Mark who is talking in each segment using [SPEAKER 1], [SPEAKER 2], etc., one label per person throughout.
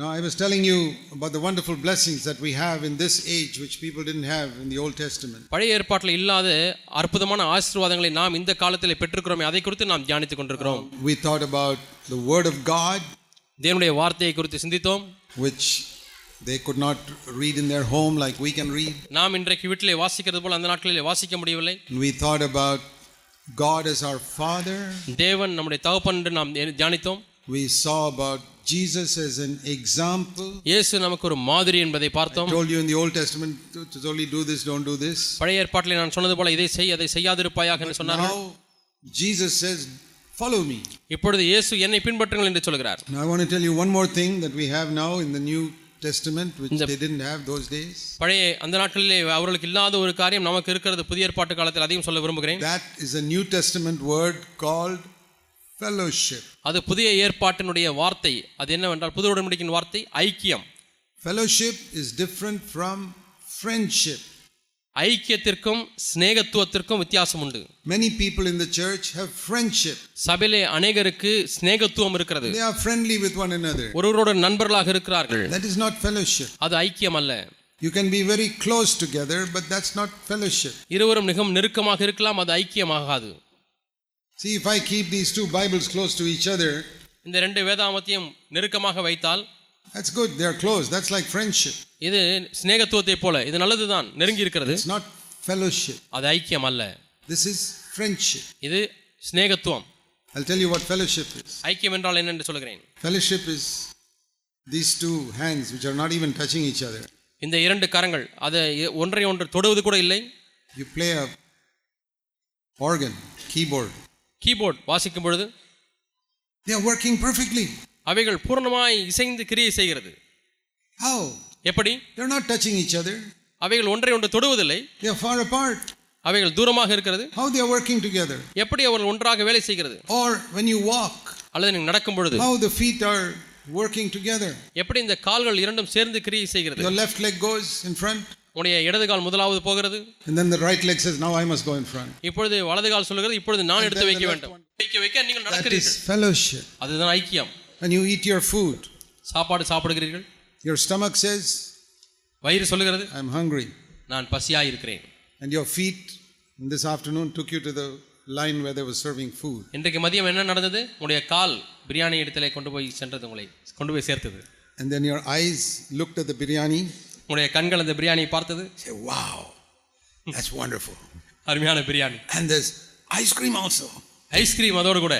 [SPEAKER 1] Now, I was telling you about the wonderful blessings that we have in this age, which people didn't have in the Old Testament.
[SPEAKER 2] பழைய ஏற்பாட்டில் இல்லாத அற்புதமான ஆசீர்வாதங்களை நாம் இந்த காலத்தில் பெற்றுக்கிறோமே அதை குறித்து நாம் தியானித்துக் கொண்டிருக்கிறோம்
[SPEAKER 1] We thought about the Word of God,
[SPEAKER 2] தேவனுடைய வார்த்தையை குறித்து சிந்தித்தோம்
[SPEAKER 1] which they could not read in their home like we can read.
[SPEAKER 2] நாம் இன்றைக்கு வீட்டிலே வாசிக்கிறது போல் அந்த நாட்களிலே வாசிக்க முடியவில்லை
[SPEAKER 1] And we thought about God as our Father.
[SPEAKER 2] தேவன் நம்முடைய தகப்பன் என்று நாம் தியா- தியானித்தோம்
[SPEAKER 1] We saw about Jesus as an example.
[SPEAKER 2] இயேசு நமக்கு ஒரு மாதிரி என்பதை
[SPEAKER 1] I
[SPEAKER 2] பார்த்தோம்
[SPEAKER 1] told you in the Old Testament to, to only do this, don't do this.
[SPEAKER 2] பழைய ஏற்பாட்டிலே நான் சொன்னது போல இதை செய் அதை செய்யாதிருப்பாயாக என்று சொன்னார்கள்
[SPEAKER 1] Now, Jesus says, Follow me.
[SPEAKER 2] இப்பொழுது இயேசு என்னை பின்பற்றுங்கள் என்று சொல்கிறார்
[SPEAKER 1] Now, I want to tell you one more thing that we have now in the New Testament, which
[SPEAKER 2] இந்த-
[SPEAKER 1] they didn't have those days.
[SPEAKER 2] பழைய அந்த நாட்களிலே அவர்களுக்கு இல்லாத ஒரு காரியம் நமக்கு இருக்கிறது புதிய ஏற்பாட்டு காலத்தில் அதையும் சொல்ல விரும்புகிறேன்
[SPEAKER 1] That is a New Testament word called fellowship.
[SPEAKER 2] அது புதிய ஏற்பாட்டினுடைய வார்த்தை அது என்னவென்றால் புது உடன்படிக்கையின் வார்த்தை ஐக்கியம்
[SPEAKER 1] Fellowship is different from friendship.
[SPEAKER 2] ஐக்கியத்திற்கும் சிநேகத்துவத்திற்கும் வித்தியாசம் உண்டு
[SPEAKER 1] Many people in the church have friendship,
[SPEAKER 2] சபையிலே அநேகருக்கு சிநேகத்துவம் இருக்கிறது
[SPEAKER 1] they are friendly with one another.
[SPEAKER 2] ஒருவரோட நண்பர்களாக இருக்கிறார்கள்
[SPEAKER 1] That is not fellowship.
[SPEAKER 2] அது ஐக்கியம் அல்ல
[SPEAKER 1] You can be very close together, but that's not fellowship.
[SPEAKER 2] இருவரும் மிகவும் நெருக்கமாக இருக்கலாம் அது ஐக்கியமாகாது
[SPEAKER 1] See, if I keep these two Bibles close to each other,
[SPEAKER 2] இந்த ரெண்டு வேதாமத்தையும் நெருக்கமாக வைத்தால்
[SPEAKER 1] that's good. They're close. That's like friendship.
[SPEAKER 2] இது சிநேகத்துவத்தை போல இது நல்லதுதான் நெருங்கி இருக்கிறது
[SPEAKER 1] It's not fellowship.
[SPEAKER 2] அது ஐக்கியம் அல்ல
[SPEAKER 1] This is friendship.
[SPEAKER 2] இது சிநேகத்துவம்
[SPEAKER 1] I'll tell you what fellowship is.
[SPEAKER 2] ஐக்கியம் என்றால் என்ன என்று சொல்கிறேன்
[SPEAKER 1] Fellowship is these two hands which are not even touching each other.
[SPEAKER 2] இந்த இரண்டு கரங்கள் அதை ஒன்றை ஒன்று தொடுவது கூட இல்லை
[SPEAKER 1] You play a organ, keyboard.
[SPEAKER 2] Keyboard வாசிக்கும் பொழுது
[SPEAKER 1] They are working perfectly.
[SPEAKER 2] அவைகள் பூரணமாய் இசைந்து கிரியை செய்கிறது
[SPEAKER 1] How?
[SPEAKER 2] எப்படி
[SPEAKER 1] They're not touching each other.
[SPEAKER 2] அவைகள் ஒன்றை ஒன்று தொடுவதில்லை
[SPEAKER 1] They are far apart.
[SPEAKER 2] அவைகள் தூரமாக இருக்கிறது
[SPEAKER 1] How they are working together?
[SPEAKER 2] எப்படி அவர்கள் ஒன்றாக வேலை செய்கிறது
[SPEAKER 1] Or when you walk,
[SPEAKER 2] அல்லது நீங்கள் நடக்கும் பொழுது
[SPEAKER 1] how the feet are working together.
[SPEAKER 2] எப்படி இந்த கால்கள் இரண்டும் சேர்ந்து கிரியை செய்கிறது
[SPEAKER 1] Your left leg goes in front,
[SPEAKER 2] உன்னுடைய இடது கால் முதலாவது போகிறது
[SPEAKER 1] and then the right leg says, Now I must go in front.
[SPEAKER 2] இப்பொழுது வலது கால் சொல்கிறது இப்பொழுது நான் எடுத்து
[SPEAKER 1] then the
[SPEAKER 2] வைக்க
[SPEAKER 1] left
[SPEAKER 2] வேண்டும் வைக்க வைக்க நீங்கள்
[SPEAKER 1] That
[SPEAKER 2] நடக்கிறீர்கள்
[SPEAKER 1] is fellowship.
[SPEAKER 2] அதுதான் ஐக்கியம்
[SPEAKER 1] When you eat your food,
[SPEAKER 2] சாப்பாடு சாப்பிடுகிறீர்கள்
[SPEAKER 1] your stomach says,
[SPEAKER 2] வயிறு சொல்கிறது
[SPEAKER 1] I'm hungry.
[SPEAKER 2] நான் பசியாய் இருக்கிறேன்
[SPEAKER 1] And your feet in this afternoon took you to the line where they were serving food.
[SPEAKER 2] இன்றைக்கு மதியம் என்ன நடந்தது உங்களுடைய கால் பிரியாணி இடத்திலே கொண்டு போய் சென்றது உங்களை கொண்டு போய் சேர்த்தது
[SPEAKER 1] And then your eyes looked at the biryani.
[SPEAKER 2] உங்களுடைய கண்கள் அந்த பிரியாணியை பார்த்தது
[SPEAKER 1] Say, wow, that's wonderful.
[SPEAKER 2] அருமையான biryani
[SPEAKER 1] And there's ice cream also.
[SPEAKER 2] Ice cream அதோடு கூட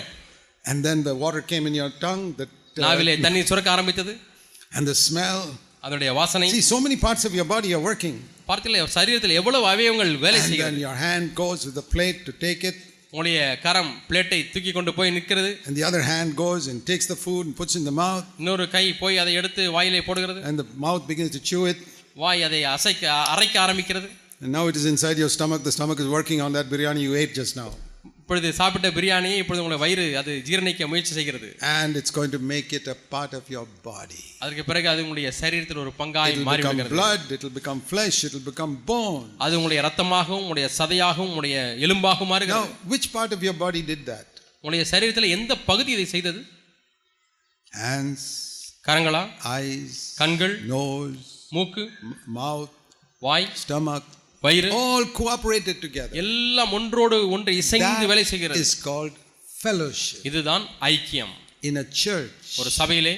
[SPEAKER 1] And then the water came in your tongue, the, uh,
[SPEAKER 2] நாவிலே தண்ணீர் சுரக்க ஆரம்பித்தது
[SPEAKER 1] and the smell.
[SPEAKER 2] அதனுடைய வாசனை
[SPEAKER 1] See, so many parts of your body are working.
[SPEAKER 2] பார்த்தீங்களா சரீரத்தில் எவ்வளவு அவயவங்கள் வேலை
[SPEAKER 1] And then
[SPEAKER 2] செய்கிறது
[SPEAKER 1] your hand goes with the plate to take it,
[SPEAKER 2] உங்களுடைய கரம் பிளேட்டை தூக்கி கொண்டு போய் நிற்கிறது
[SPEAKER 1] and the other hand goes and takes the food and puts in the mouth,
[SPEAKER 2] இன்னொரு கை போய் அதை எடுத்து வாயிலே போடுகிறது
[SPEAKER 1] and the mouth begins to chew it.
[SPEAKER 2] வாய் அதை அசைக்க அரைக்க ஆரம்பிக்கிறது
[SPEAKER 1] And now it is inside your stomach. The stomach is working on that biryani you ate just now.
[SPEAKER 2] இப்பொழுது சாப்பிட்ட பிரியாணியை இப்பொழுது உங்களுடைய வயிறு அது ஜீரணிக்க முயற்சி செய்கிறது
[SPEAKER 1] And it's going to make it a part of your body.
[SPEAKER 2] அதுக்கு பிறகு அது உங்களுடைய சரீரத்தில் ஒரு பங்காய்
[SPEAKER 1] It'll become
[SPEAKER 2] மாறிவிடுகிறது
[SPEAKER 1] blood, it'll become flesh, it'll become bone.
[SPEAKER 2] அது உங்களுடைய ரத்தமாகவும் உங்களுடைய சதையாகவும் உங்களுடைய எலும்பாகவும்
[SPEAKER 1] Now,
[SPEAKER 2] மாறுகிறது
[SPEAKER 1] which part of your body did that?
[SPEAKER 2] உங்களுடைய சரீரத்தில் எந்த பகுதி இதை செய்தது
[SPEAKER 1] Hands,
[SPEAKER 2] கரங்களா
[SPEAKER 1] eyes,
[SPEAKER 2] கண்கள்
[SPEAKER 1] nose,
[SPEAKER 2] மூக்கு
[SPEAKER 1] m- mouth,
[SPEAKER 2] வாய்
[SPEAKER 1] stomach,
[SPEAKER 2] வயிறு
[SPEAKER 1] all cooperated together.
[SPEAKER 2] எல்லாம் ஒன்றோடு ஒன்று இசைந்து வேலை
[SPEAKER 1] That
[SPEAKER 2] செய்கிறது
[SPEAKER 1] is called fellowship.
[SPEAKER 2] இதுதான் ஐக்கியம்
[SPEAKER 1] In a church,
[SPEAKER 2] ஒரு சபையிலே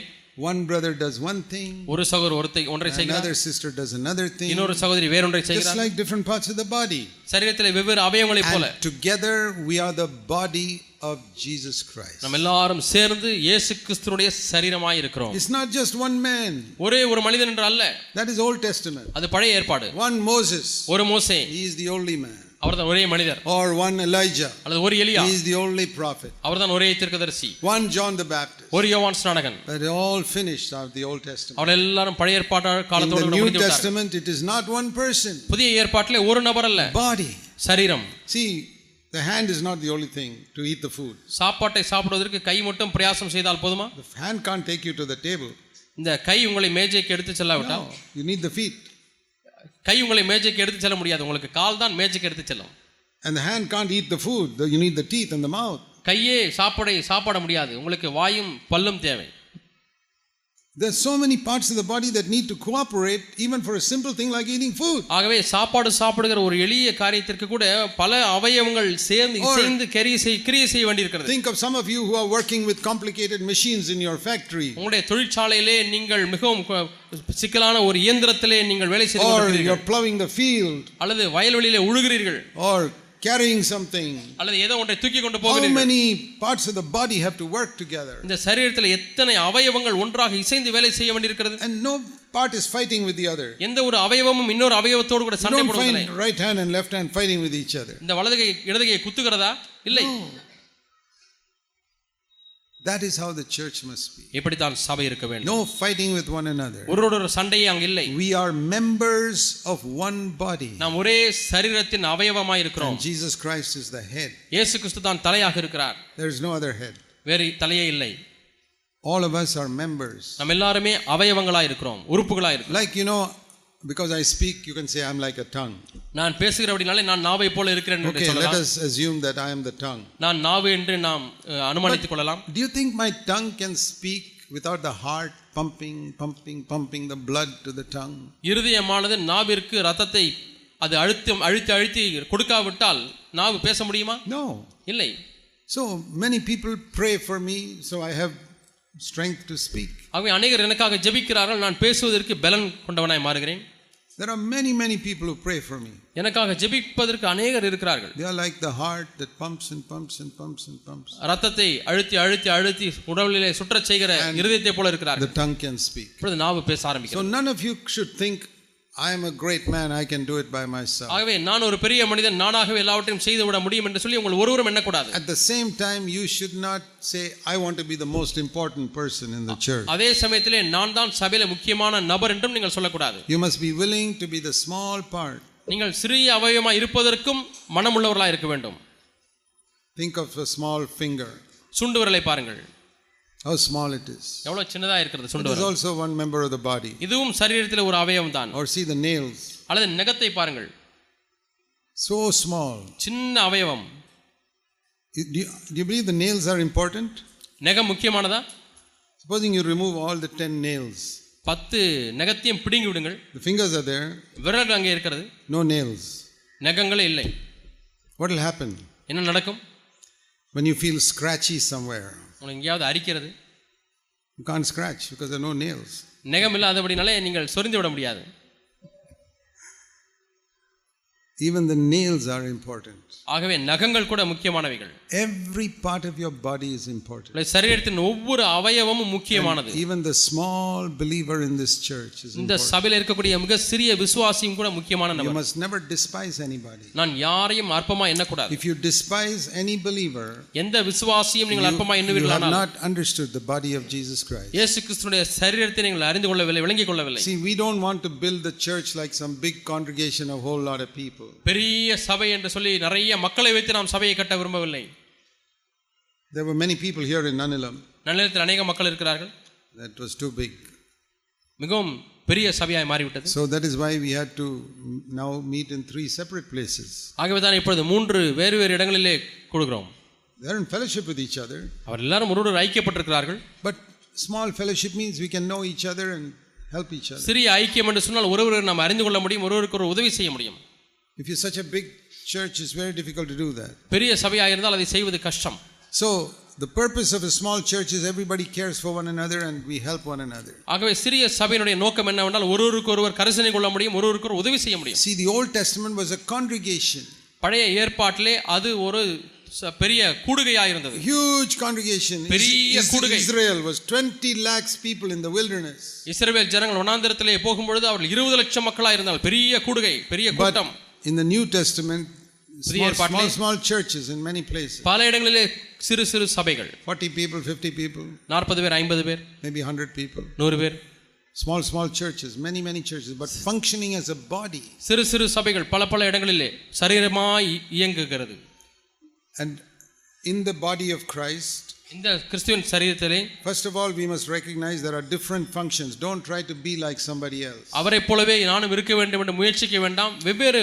[SPEAKER 1] one brother does one thing,
[SPEAKER 2] ஒரு சகோதரர் ஒருத்தை ஒன்றை செய்கிறார்
[SPEAKER 1] another sister does another thing.
[SPEAKER 2] இன்னொரு சகோதரி வேறொன்றை
[SPEAKER 1] Just
[SPEAKER 2] செய்கிறார்
[SPEAKER 1] like different parts of the body.
[SPEAKER 2] சரீரத்தில் வெவ்வேறு அவயங்களைப் போல
[SPEAKER 1] And together we are the body of Jesus Christ.
[SPEAKER 2] நம்ம எல்லாரும் சேர்ந்து இயேசு கிறிஸ்துனுடைய சரீரமாய் இருக்கிறோம்
[SPEAKER 1] It's not just one man.
[SPEAKER 2] ஒரே ஒரு மனிதன் என்று அல்ல
[SPEAKER 1] That is Old Testament.
[SPEAKER 2] அது பழைய ஏற்பாடு
[SPEAKER 1] One Moses,
[SPEAKER 2] ஒரு மோசே
[SPEAKER 1] he is the only man.
[SPEAKER 2] அவர்தான் ஒரே மனிதர்
[SPEAKER 1] Or one Elijah,
[SPEAKER 2] அல்லது ஒரு எலியா
[SPEAKER 1] he is the only prophet.
[SPEAKER 2] அவர்தான் ஒரே தீர்க்கதரிசி
[SPEAKER 1] One John the Baptist.
[SPEAKER 2] ஒரு யோவான் ஸ்நானகன்
[SPEAKER 1] But all finished out of the Old Testament.
[SPEAKER 2] அவர்கள் எல்லாரும் பழைய ஏற்பாட்டு
[SPEAKER 1] In
[SPEAKER 2] காலத்தோடு
[SPEAKER 1] the
[SPEAKER 2] கூட
[SPEAKER 1] New
[SPEAKER 2] முடிந்து விட்டார்கள்.
[SPEAKER 1] Testament, it is not one person,
[SPEAKER 2] புதிய ஏற்பாட்டிலே ஒரு நபர் அல்ல
[SPEAKER 1] body.
[SPEAKER 2] சரீரம்
[SPEAKER 1] See, the hand is not the only thing to eat the food.
[SPEAKER 2] சாப்பாட்டை சாப்பிடுவதற்கு கை மட்டும் பிரயாசம் செய்தால் போதுமா
[SPEAKER 1] The hand can't take you to the table.
[SPEAKER 2] இந்த கை உங்களை மேஜைக்கு எடுத்து செல்லாவிட்டால்
[SPEAKER 1] No, you need the feet.
[SPEAKER 2] கை உங்களை மேஜைக்கு எடுத்து செல்ல முடியாது உங்களுக்கு கால் தான் மேஜைக்கு எடுத்து செல்லும்
[SPEAKER 1] And the hand can't eat the food. though You need the teeth and the mouth.
[SPEAKER 2] கையே சாப்பாடை சாப்பிட முடியாது உங்களுக்கு வாயும் பல்லும் தேவை
[SPEAKER 1] There's so many parts of the body that need to cooperate even for a simple thing like eating food.
[SPEAKER 2] ஆகவே சாப்பாடு சாப்பிடுகிற ஒரு எளிய காரியத்திற்கு கூட பல அவயவங்கள் சேர்ந்து
[SPEAKER 1] Or-
[SPEAKER 2] இசைந்து கிரியை செய் கிரியை செய்ய வேண்டியிருக்கிறது
[SPEAKER 1] Think of some of you who are working with complicated machines in your factory
[SPEAKER 2] உங்களுடைய தொழிற்சாலையிலே நீங்கள் மிகவும் கு- சிக்கலான ஒரு இயந்திரத்திலே நீங்கள் வேலை செய்து
[SPEAKER 1] or you're
[SPEAKER 2] கொண்டிருக்கிறீர்கள்
[SPEAKER 1] plowing the field
[SPEAKER 2] அல்லது வயல்வெளியிலே உழுகிறீர்கள்
[SPEAKER 1] or carrying something.
[SPEAKER 2] அல்லது ஏதோ ஒன்றை தூக்கி கொண்டு
[SPEAKER 1] How
[SPEAKER 2] போகிறீர்கள்
[SPEAKER 1] many parts of the body have to work together?
[SPEAKER 2] இந்த சரீரத்தில் எத்தனை அவயவங்கள் ஒன்றாக இசைந்து வேலை செய்ய வேண்டியிருக்கிறது
[SPEAKER 1] And no part is fighting with the other.
[SPEAKER 2] எந்த ஒரு அவயவமும் இன்னொரு அவயவத்தோடு கூட
[SPEAKER 1] You
[SPEAKER 2] சண்டை
[SPEAKER 1] don't
[SPEAKER 2] போடுவதில்லை
[SPEAKER 1] find right hand and left hand fighting with each other.
[SPEAKER 2] இந்த வலதுகை இடதுகையை குத்துகிறதா இல்லை
[SPEAKER 1] That is how the church must be.
[SPEAKER 2] இப்படித்தான் சபை இருக்க வேண்டும்
[SPEAKER 1] No fighting with one another.
[SPEAKER 2] ஒருவரோட சண்டையே அங்கு இல்லை
[SPEAKER 1] We are members of one body.
[SPEAKER 2] நாம் ஒரே சரீரத்தின் அவயவமாய் இருக்கிறோம்
[SPEAKER 1] And Jesus Christ is the head.
[SPEAKER 2] இயேசு கிறிஸ்து தான் தலையாக இருக்கிறார்
[SPEAKER 1] There is no other head.
[SPEAKER 2] வேறு தலையே இல்லை
[SPEAKER 1] All of us are members.
[SPEAKER 2] நம்ம எல்லாருமே அவயவங்களா இருக்கிறோம் உறுப்புகளா இருக்கிறோம்
[SPEAKER 1] Like, you know, because I speak, you can say I'm like a tongue.
[SPEAKER 2] நான் பேசுகிறபடினாலே நான் நாவை போல இருக்கிறேன் என்று
[SPEAKER 1] Okay, let
[SPEAKER 2] சொல்லலாம்.
[SPEAKER 1] us assume that I am the tongue.
[SPEAKER 2] நான் நாவு என்று நாம் அஹ், அனுமானித்துக் கொள்ளலாம்
[SPEAKER 1] Do you think my tongue can speak without the heart pumping, pumping, pumping the blood to the tongue?
[SPEAKER 2] இருதயமானது நாவிற்கு ரத்தத்தை அது அழுத்தம் அழுத்தி அழுத்தி கொடுக்காவிட்டால் நாவு பேச முடியுமா
[SPEAKER 1] No.
[SPEAKER 2] இல்லை
[SPEAKER 1] So many people pray for me, so I have strength to speak.
[SPEAKER 2] ஆகவே அநேகர் எனக்காக ஜெபிக்கிறார்கள் நான் பேசுவதற்கு பலன் கொண்டவனாய் மாறுகிறேன்
[SPEAKER 1] There are many, many people who pray for me.
[SPEAKER 2] எனக்காக ஜெபிப்பதற்கு அநேகர் இருக்கிறார்கள்
[SPEAKER 1] They are like the heart that pumps and pumps and pumps and pumps.
[SPEAKER 2] ரத்தத்தை அழுத்தி அழுத்தி அழுத்தி உடலிலே சுற்றச் செய்கிற இருதயத்தை போல
[SPEAKER 1] The
[SPEAKER 2] இருக்கிறார்கள்
[SPEAKER 1] tongue can speak.
[SPEAKER 2] இப்பொழுது நாவு பேச
[SPEAKER 1] So
[SPEAKER 2] ஆரம்பிக்கிறோம்
[SPEAKER 1] none of you should think, I am a great man, I can do it by myself.
[SPEAKER 2] ஆகவே நான் ஒரு பெரிய மனிதன் நானாகவே எல்லாவற்றையும் செய்து விட முடியும் என்று சொல்லி உங்கள் ஒருவரும் எண்ணக்கூடாது
[SPEAKER 1] At the same time, you should not say, I want to be the most important person in the church.
[SPEAKER 2] அதே சமயத்திலே நான் தான் சபையில முக்கியமான நபர் என்றும் நீங்கள் சொல்லக்கூடாது
[SPEAKER 1] You must be willing to be the small part.
[SPEAKER 2] நீங்கள் சிறிய அவயவமா இருப்பதற்கும் மனமுள்ளவர்களாக இருக்க வேண்டும்
[SPEAKER 1] Think of a small finger,
[SPEAKER 2] சுண்டு விரலை பாருங்கள்
[SPEAKER 1] how small it is.
[SPEAKER 2] எவ்வளவு சின்னதா இருக்கிறது
[SPEAKER 1] It
[SPEAKER 2] சுண்டு
[SPEAKER 1] is
[SPEAKER 2] விரல்
[SPEAKER 1] also one member of the body.
[SPEAKER 2] இதுவும் சரீரத்தில் ஒரு அவயவம் தான்
[SPEAKER 1] Or see the nails,
[SPEAKER 2] அல்லது நகத்தை பாருங்கள்
[SPEAKER 1] so small.
[SPEAKER 2] சின்ன அவயவம்
[SPEAKER 1] Do you, do you believe the nails are important?
[SPEAKER 2] நகம் முக்கியமானதா
[SPEAKER 1] Supposing you remove all the 10 nails,
[SPEAKER 2] பத்து நகத்தையும் பிடுங்கி விடுங்கள்
[SPEAKER 1] the fingers are there,
[SPEAKER 2] விரல் அங்கே இருக்கிறது
[SPEAKER 1] no nails.
[SPEAKER 2] நகங்களே இல்லை
[SPEAKER 1] What will happen
[SPEAKER 2] என்ன நடக்கும்
[SPEAKER 1] when you feel scratchy somewhere?
[SPEAKER 2] உங்களை எங்கேயாவது அரிக்கிறது
[SPEAKER 1] You can't scratch because there are no nails.
[SPEAKER 2] நகம் இல்லாதபடினாலே நீங்கள் சொரிந்து விட முடியாது
[SPEAKER 1] Even the nails are important.
[SPEAKER 2] ஆகவே நகங்கள் கூட முக்கியமானவைகள்
[SPEAKER 1] Every part of your body is important.
[SPEAKER 2] உங்களுடைய சரீரத்தின் ஒவ்வொரு அவயவமும் முக்கியமானது
[SPEAKER 1] Even the small believer in this church is
[SPEAKER 2] இந்த
[SPEAKER 1] important.
[SPEAKER 2] சபையில் இருக்கக்கூடிய மிக சிறிய விசுவாசியும் கூட முக்கியமான
[SPEAKER 1] You
[SPEAKER 2] நபர்
[SPEAKER 1] must never despise anybody.
[SPEAKER 2] நான் யாரையும் அற்பமா எண்ணக்கூடாது
[SPEAKER 1] If you despise any believer,
[SPEAKER 2] எந்த விசுவாசியும் நீங்கள் அற்பமா
[SPEAKER 1] you have
[SPEAKER 2] எண்ணுவீர்களானால்
[SPEAKER 1] not understood the body of Jesus Christ.
[SPEAKER 2] இயேசு கிறிஸ்துடைய சரீரத்தை நீங்கள் அறிந்து கொள்ளவில்லை விளங்கிக் கொள்ளவில்லை
[SPEAKER 1] See, we don't want to build the church like some big congregation of whole lot of people.
[SPEAKER 2] பெரிய சபை என்று சொல்லி நிறைய மக்களை வைத்து நாம் சபையை கட்ட விரும்பவில்லை
[SPEAKER 1] There were many people here in Nanilam.
[SPEAKER 2] நல்லிடத்தில் அநேக மக்கள் இருக்கிறார்கள்
[SPEAKER 1] That was too big.
[SPEAKER 2] மிகவும் பெரிய சபையாய் மாறிவிட்டது
[SPEAKER 1] So that is why we had to now meet in three separate places.
[SPEAKER 2] ஆகவே தான் இப்பொழுது மூன்று வேறு வேறு இடங்களிலே கொடுக்கிறோம்
[SPEAKER 1] They're in fellowship with each other,
[SPEAKER 2] அவர் எல்லாரும் ஒருவர் ஐக்கியப்பட்டிருக்கிறார்கள்
[SPEAKER 1] but small fellowship means we can know each other and help each other.
[SPEAKER 2] சிறிய ஐக்கியம் என்று சொன்னால் ஒருவரை நாம் அறிந்து கொள்ள முடியும் ஒருவருக்கு ஒரு உதவி செய்ய முடியும்
[SPEAKER 1] If you're such a big church, it's very difficult to do that.
[SPEAKER 2] பெரிய சபையாக இருந்தால் அதை செய்வது கஷ்டம்
[SPEAKER 1] So the purpose of a small church is everybody cares for one another and we help one another.
[SPEAKER 2] ஆகவே சிறிய சபையினுடைய நோக்கம் என்னவென்றால் ஒருவருக்கு ஒருவர் கரிசனை கொள்ள முடியும் ஒருவருக்கு ஒரு உதவி செய்ய முடியும்
[SPEAKER 1] See, the Old Testament was a congregation,
[SPEAKER 2] பழைய ஏற்பாட்டிலே அது ஒரு ச- பெரிய கூடுகையாக இருந்தது
[SPEAKER 1] huge congregation. Is-
[SPEAKER 2] பெரிய
[SPEAKER 1] Is-
[SPEAKER 2] கூடுகை.
[SPEAKER 1] Israel was 20 lakhs people in the wilderness.
[SPEAKER 2] இஸ்ரவேல் ஜனங்கள் வனாந்திரத்திலே போகும்பொழுது அவர்கள் இருபது லட்சம் மக்களாக இருந்தால் பெரிய கூடுகை பெரிய
[SPEAKER 1] But
[SPEAKER 2] கூட்டம்
[SPEAKER 1] in the New Testament, small,
[SPEAKER 2] ஏற்பாட்டிலே-
[SPEAKER 1] small, small churches in many places
[SPEAKER 2] பல இடங்களிலே சிறு சிறு சபைகள்
[SPEAKER 1] 40 people, 50 people,
[SPEAKER 2] நாற்பது பேர் ஐம்பது பேர்
[SPEAKER 1] maybe 100 people.
[SPEAKER 2] நூறு பேர்
[SPEAKER 1] Small, small churches, many, many churches, but functioning as a body.
[SPEAKER 2] சிறு சிறு சபைகள் பல பல இடங்களிலே சரீரமாய் இயங்குகிறது
[SPEAKER 1] And in the body of Christ,
[SPEAKER 2] இந்த கிறிஸ்துவின் சரீரத்திலே
[SPEAKER 1] First of all, we must recognize there are different functions. Don't try to be like somebody else.
[SPEAKER 2] அவரைப் போலவே நானும் இருக்க வேண்டும் என்று முயற்சிக்க வேண்டாம் வெவ்வேறு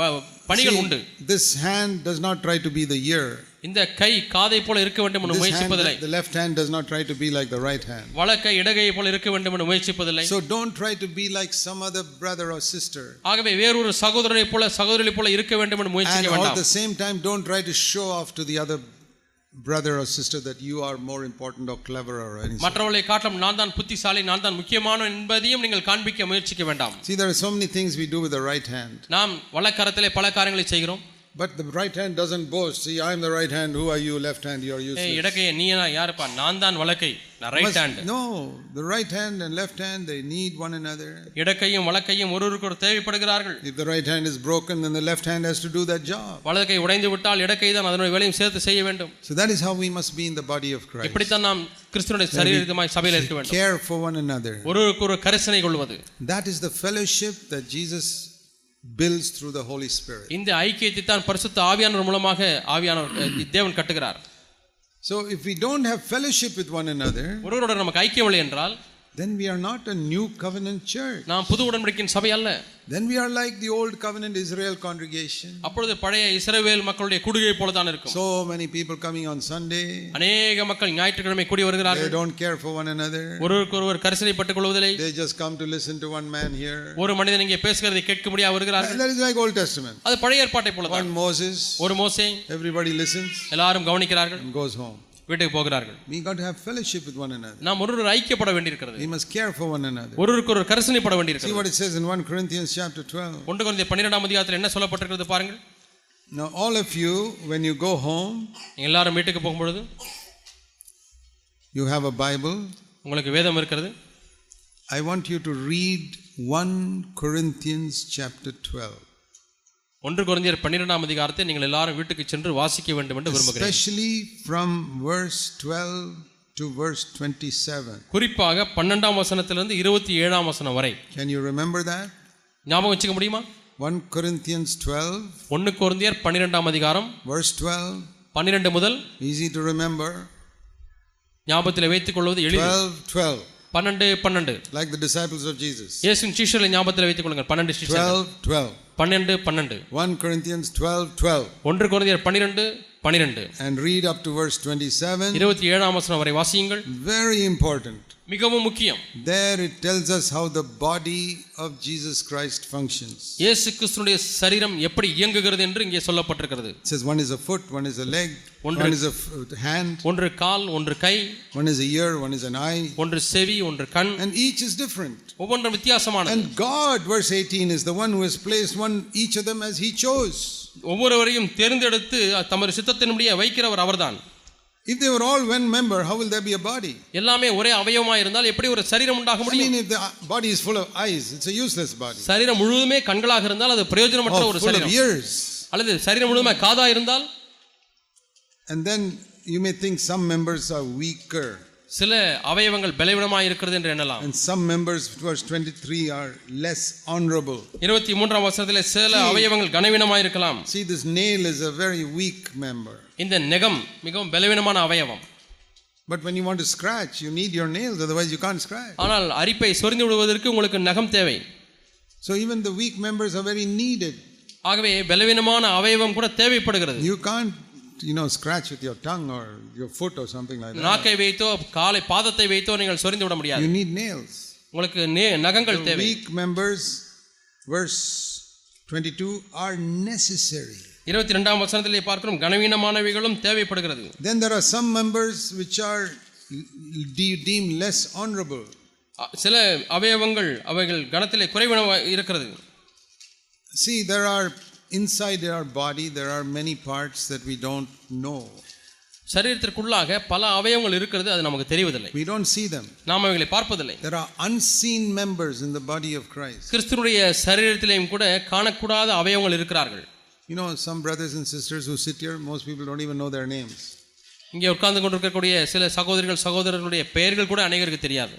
[SPEAKER 2] வ- பணிகள்
[SPEAKER 1] See,
[SPEAKER 2] உண்டு
[SPEAKER 1] This hand does not try to be the ear.
[SPEAKER 2] இந்த கை காதை போல இருக்க வேண்டும் என்று
[SPEAKER 1] This hand,
[SPEAKER 2] முயற்சிப்பதில்லை
[SPEAKER 1] the left hand does not try to be like the right hand.
[SPEAKER 2] வழக்கை இடகையை போல இருக்க வேண்டும் என்று முயற்சிப்பதில்லை
[SPEAKER 1] So don't try to be like some other brother or sister.
[SPEAKER 2] ஆகவே வேறொரு சகோதரனை போல சகோதரி போல இருக்க வேண்டும் என்று
[SPEAKER 1] And
[SPEAKER 2] முயற்சிக்க
[SPEAKER 1] all at
[SPEAKER 2] வேண்டாம்
[SPEAKER 1] the same time, don't try to show off to the other brother or sister that you are more important or cleverer or anything.
[SPEAKER 2] மற்றவர்களை காட்டிலும் நான் தான் புத்திசாலி நான் தான் முக்கியமான என்பதையும் நீங்கள் காண்பிக்க முயற்சிக்க வேண்டாம்
[SPEAKER 1] See, there are so many things we do with the right hand.
[SPEAKER 2] நாம் வழக்கரத்திலே பல காரியங்களை செய்கிறோம்
[SPEAKER 1] But the right hand doesn't boast. See, I'm the right hand. Who are you? Left hand, you're
[SPEAKER 2] ஏய்,
[SPEAKER 1] useless.
[SPEAKER 2] இடக்கையை நீ யாருப்பா நான் தான் வழக்கை நான் right
[SPEAKER 1] Must-
[SPEAKER 2] hand
[SPEAKER 1] no, the right hand and left hand, they need one another.
[SPEAKER 2] இடக்கையும் வழக்கையும் ஒருவருக்கு ஒரு தேவைப்படுகிறார்கள்
[SPEAKER 1] If the right hand is broken, then the left hand has to do that job.
[SPEAKER 2] வலதுகை உடைந்து விட்டால் இடக்கை தான் அதனுடைய வேலையும் சேர்த்து செய்ய வேண்டும்
[SPEAKER 1] So that is how we must be in the body of Christ.
[SPEAKER 2] இப்படித்தான் நாம் கிறிஸ்துவனுடைய சரீரமாய் சபையில் இருக்க வேண்டும்
[SPEAKER 1] Care for one another.
[SPEAKER 2] ஒருவருக்கு ஒரு கரிசனை கொள்வது
[SPEAKER 1] That is the fellowship that Jesus builds through the Holy Spirit.
[SPEAKER 2] இந்த ஐக்கியத்தை தான் பரிசுத்த ஆவியானவர் மூலமாக ஆவியானவர் அஹ், தேவன் கட்டுகிறார்
[SPEAKER 1] So if we don't have fellowship with one another,
[SPEAKER 2] ஒருவரோட நமக்கு ஐக்கியம் இல்லை என்றால்
[SPEAKER 1] then we are not a new covenant church.
[SPEAKER 2] நாம் புது உடன்படிக்கையின் சபை அல்ல
[SPEAKER 1] Then we are like the old covenant Israel congregation.
[SPEAKER 2] அப்பொழுது பழைய இஸ்ரவேல் மக்களுடைய குடுகை போல தான் இருக்கும்
[SPEAKER 1] So many people coming on Sunday.
[SPEAKER 2] அநேக மக்கள் ஞாயிற்றுக்கிழமை கூடி
[SPEAKER 1] They
[SPEAKER 2] வருகிறார்கள்
[SPEAKER 1] don't care for one another.
[SPEAKER 2] ஒருவருக்கு ஒருவர் கரிசனை பட்டுக் கொள்வதில்லை
[SPEAKER 1] They just come to listen to one man here.
[SPEAKER 2] ஒரு மனிதன் இங்கே பேசுகிறதை கேட்க முடியாது வருகிறார்கள்
[SPEAKER 1] That is like Old Testament.
[SPEAKER 2] அது பழைய ஏற்பாட்டை போல தான்
[SPEAKER 1] One Moses,
[SPEAKER 2] ஒரு மோசே
[SPEAKER 1] everybody listens
[SPEAKER 2] எல்லாரும் கவனிக்கிறார்கள்
[SPEAKER 1] and goes home.
[SPEAKER 2] வீட்டுக்கு போகிறார்கள்
[SPEAKER 1] We got to have fellowship with one another.
[SPEAKER 2] நாம் ஒருவர் ஐக்கியப்பட வேண்டியிருக்கிறது
[SPEAKER 1] We must care for one another.
[SPEAKER 2] ஒருவருக்கு ஒரு கரிசனைப்பட
[SPEAKER 1] See
[SPEAKER 2] வேண்டியிருக்கிறது
[SPEAKER 1] what it says in 1 Corinthians chapter 12.
[SPEAKER 2] ஒன்று குழந்தை பன்னிரெண்டாம் அதிகாரத்தில் என்ன சொல்லப்பட்டிருக்கிறது பாருங்கள்
[SPEAKER 1] Now, all of you, when you go home,
[SPEAKER 2] நீங்கள் எல்லாரும் வீட்டுக்கு போகும்பொழுது
[SPEAKER 1] you have a Bible.
[SPEAKER 2] உங்களுக்கு வேதம் இருக்கிறது
[SPEAKER 1] I want you to read 1 Corinthians chapter 12.
[SPEAKER 2] ஒன்று குழந்தையர் பன்னிரெண்டாம் அதிகாரத்தை நீங்கள் எல்லாரும் வீட்டுக்கு சென்று வாசிக்க வேண்டும் என்று விரும்புகிறேன்
[SPEAKER 1] Especially from verse 12 to verse 27.
[SPEAKER 2] குறிப்பாக பன்னெண்டாம் வசனத்திலிருந்து இருபத்தி ஏழாம் வசனம் வரை
[SPEAKER 1] Can you remember that?
[SPEAKER 2] ஞாபகம் வச்சுக்க முடியுமா
[SPEAKER 1] 1 Corinthians 12,
[SPEAKER 2] ஒன்று குழந்தையர் பன்னிரெண்டாம் அதிகாரம்
[SPEAKER 1] verse 12.
[SPEAKER 2] பன்னிரெண்டு முதல்
[SPEAKER 1] Easy to remember.
[SPEAKER 2] ஞாபகத்தில் வைத்துக் கொள்வது எளிது
[SPEAKER 1] 12, 12.
[SPEAKER 2] பன்னெண்டு பன்னெண்டு
[SPEAKER 1] Like the disciples of Jesus.
[SPEAKER 2] இயேசுவின் சீஷர்களை ஞாபகத்தில் வைத்துக் கொள்ளுங்கள் பன்னெண்டு சீஷர்கள்
[SPEAKER 1] 12, 12.
[SPEAKER 2] பன்னெண்டு பன்னெண்டு
[SPEAKER 1] 1 Corinthians 12, 12.
[SPEAKER 2] ஒன்று குழந்தையர் பன்னிரெண்டு பன்னிரெண்டு
[SPEAKER 1] And read up to verse 27.
[SPEAKER 2] இருபத்தி ஏழாம் வசனம் வரை வாசியுங்கள்
[SPEAKER 1] Very important.
[SPEAKER 2] மிகவும் முக்கியம்
[SPEAKER 1] There it tells us how the body of Jesus Christ functions.
[SPEAKER 2] இயேசு கிறிஸ்துனுடைய சரீரம் எப்படி இயங்குகிறது என்று இங்கே சொல்லப்பட்டிருக்கிறது
[SPEAKER 1] It says one is a foot, one is a leg, one,
[SPEAKER 2] ஒன்று-
[SPEAKER 1] is a f- hand,
[SPEAKER 2] ஒன்று கால் ஒன்று கை
[SPEAKER 1] one is a ear, one is an eye,
[SPEAKER 2] ஒன்று செவி ஒன்று கண்
[SPEAKER 1] and each is different.
[SPEAKER 2] ஒவ்வொன்றும் வித்தியாசமானது
[SPEAKER 1] And God, verse 18, is the one who has placed one each of them as He chose.
[SPEAKER 2] ஒவ்வொருவரையும் தேர்ந்தெடுத்து தமது சித்தத்தினுடைய வைக்கிறவர் அவர்தான்
[SPEAKER 1] If they were all one member, how will there be a body?
[SPEAKER 2] எல்லாமே ஒரே அவயவமா இருந்தால் எப்படி ஒரு சரீரம் உண்டாக
[SPEAKER 1] I
[SPEAKER 2] முடியும்
[SPEAKER 1] mean, if the uh, body is full of eyes, it's a useless body.
[SPEAKER 2] சரீரம் முழுவதுமே கண்களாக இருந்தால் அது பிரயோஜனமற்ற
[SPEAKER 1] Or
[SPEAKER 2] ஒரு
[SPEAKER 1] Oh, full of
[SPEAKER 2] சரீரம்
[SPEAKER 1] ears.
[SPEAKER 2] அல்லது சரீரம் முழுவதுமே காதா இருந்தால்
[SPEAKER 1] And then you may think some members are weaker,
[SPEAKER 2] சில அவயவங்கள் பலவீனமாக இருக்கிறது என்று எண்ணலாம்
[SPEAKER 1] and some members, verse 23, are less honorable.
[SPEAKER 2] இருபத்தி மூன்றாம் வருஷத்தில் சில
[SPEAKER 1] Hmm.
[SPEAKER 2] அவயவங்கள் கனவீனமாக இருக்கலாம்
[SPEAKER 1] See, this nail is a very weak member.
[SPEAKER 2] இந்த நெகம் மிகவும் பலவீனமான அவயவம்
[SPEAKER 1] But when you want to scratch, you need your nails, otherwise, you can't scratch.
[SPEAKER 2] ஆனால் அரிப்பை சொரிந்து விடுவதற்கு உங்களுக்கு நகம் தேவை
[SPEAKER 1] So, even the weak members are very needed.
[SPEAKER 2] ஆகவே பலவீனமான அவயவம் கூட தேவைப்படுகிறது
[SPEAKER 1] You can't, you know, scratch with your tongue or your foot or something like that.
[SPEAKER 2] நாக்கை வைத்தோ காலை பாதத்தை வைத்தோ நீங்கள் சொரிந்து விட முடியாது
[SPEAKER 1] You need nails.
[SPEAKER 2] உங்களுக்கு நே- நகங்கள்
[SPEAKER 1] The
[SPEAKER 2] தேவை
[SPEAKER 1] weak members, verse 22, are necessary.
[SPEAKER 2] இருபத்தி ரெண்டாம் வசனத்திலே பார்க்கிறோம் கனவீனமானவைகளும் தேவைப்படுகிறது
[SPEAKER 1] Then there are some members which are de- deemed less honorable.
[SPEAKER 2] அ- சில அவயவங்கள் அவைகள் கனத்திலே குறைவின இருக்கிறது
[SPEAKER 1] See, there are inside our body, there are many parts that we don't know.
[SPEAKER 2] சரீரத்திற்குள்ளாக பல அவயவங்கள் இருக்கிறது அது நமக்கு தெரிவதில்லை
[SPEAKER 1] We don't see them.
[SPEAKER 2] நாம் அவைகளை பார்ப்பதில்லை
[SPEAKER 1] There are unseen members in the body of Christ.
[SPEAKER 2] கிறிஸ்துவனுடைய சரீரத்திலேயும் கூட காணக்கூடாத அவயவங்கள் இருக்கிறார்கள்
[SPEAKER 1] You know, some brothers and sisters who sit here, most people don't even know their names.
[SPEAKER 2] இங்கே உட்கார்ந்து கொண்டிருக்கக்கூடிய சில சகோதரிகள் சகோதரர்களுடைய பெயர்கள் கூட அநேகருக்கு தெரியாது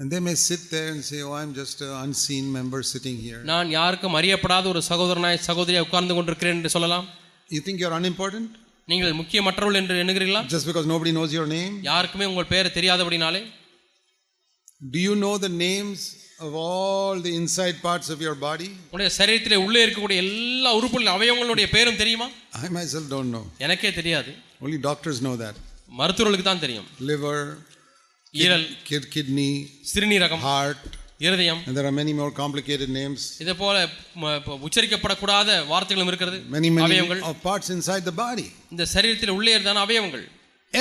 [SPEAKER 1] And they may sit there and say, Oh, I'm just an unseen member sitting here.
[SPEAKER 2] நான் யாருக்கும் அறியப்படாத ஒரு சகோதரனாய் சகோதரியாக உட்கார்ந்து கொண்டிருக்கிறேன் என்று சொல்லலாம்
[SPEAKER 1] You think you're unimportant
[SPEAKER 2] நீங்கள் முக்கியமற்றவர்கள் என்று எண்ணுகிறீர்களா
[SPEAKER 1] just because nobody knows your name?
[SPEAKER 2] யாருக்குமே உங்கள் பெயர் தெரியாதபடினாலே
[SPEAKER 1] Do you know the names of all the inside parts of your body?
[SPEAKER 2] உங்களுடைய சரீரத்திலே உள்ளே இருக்கக்கூடிய எல்லா உறுப்புகளின் அவயவங்களுடைய பேரும் தெரியுமா
[SPEAKER 1] I myself don't know.
[SPEAKER 2] எனக்கே தெரியாது
[SPEAKER 1] Only doctors know that.
[SPEAKER 2] மருத்துவர்களுக்கு தான் தெரியும்
[SPEAKER 1] Liver,
[SPEAKER 2] ஈரல்
[SPEAKER 1] kid, kidney,
[SPEAKER 2] சிறுநீரகம்
[SPEAKER 1] heart,
[SPEAKER 2] இருதயம்
[SPEAKER 1] and there are many more complicated names.
[SPEAKER 2] இதே போல ம- ப- உச்சரிக்கப்படக்கூடாத வார்த்தைகளும் இருக்கிறது
[SPEAKER 1] Many, many
[SPEAKER 2] அவயவங்கள்
[SPEAKER 1] of parts inside the body.
[SPEAKER 2] இந்த சரீரத்தில் உள்ளே இருந்தான அவயவங்கள்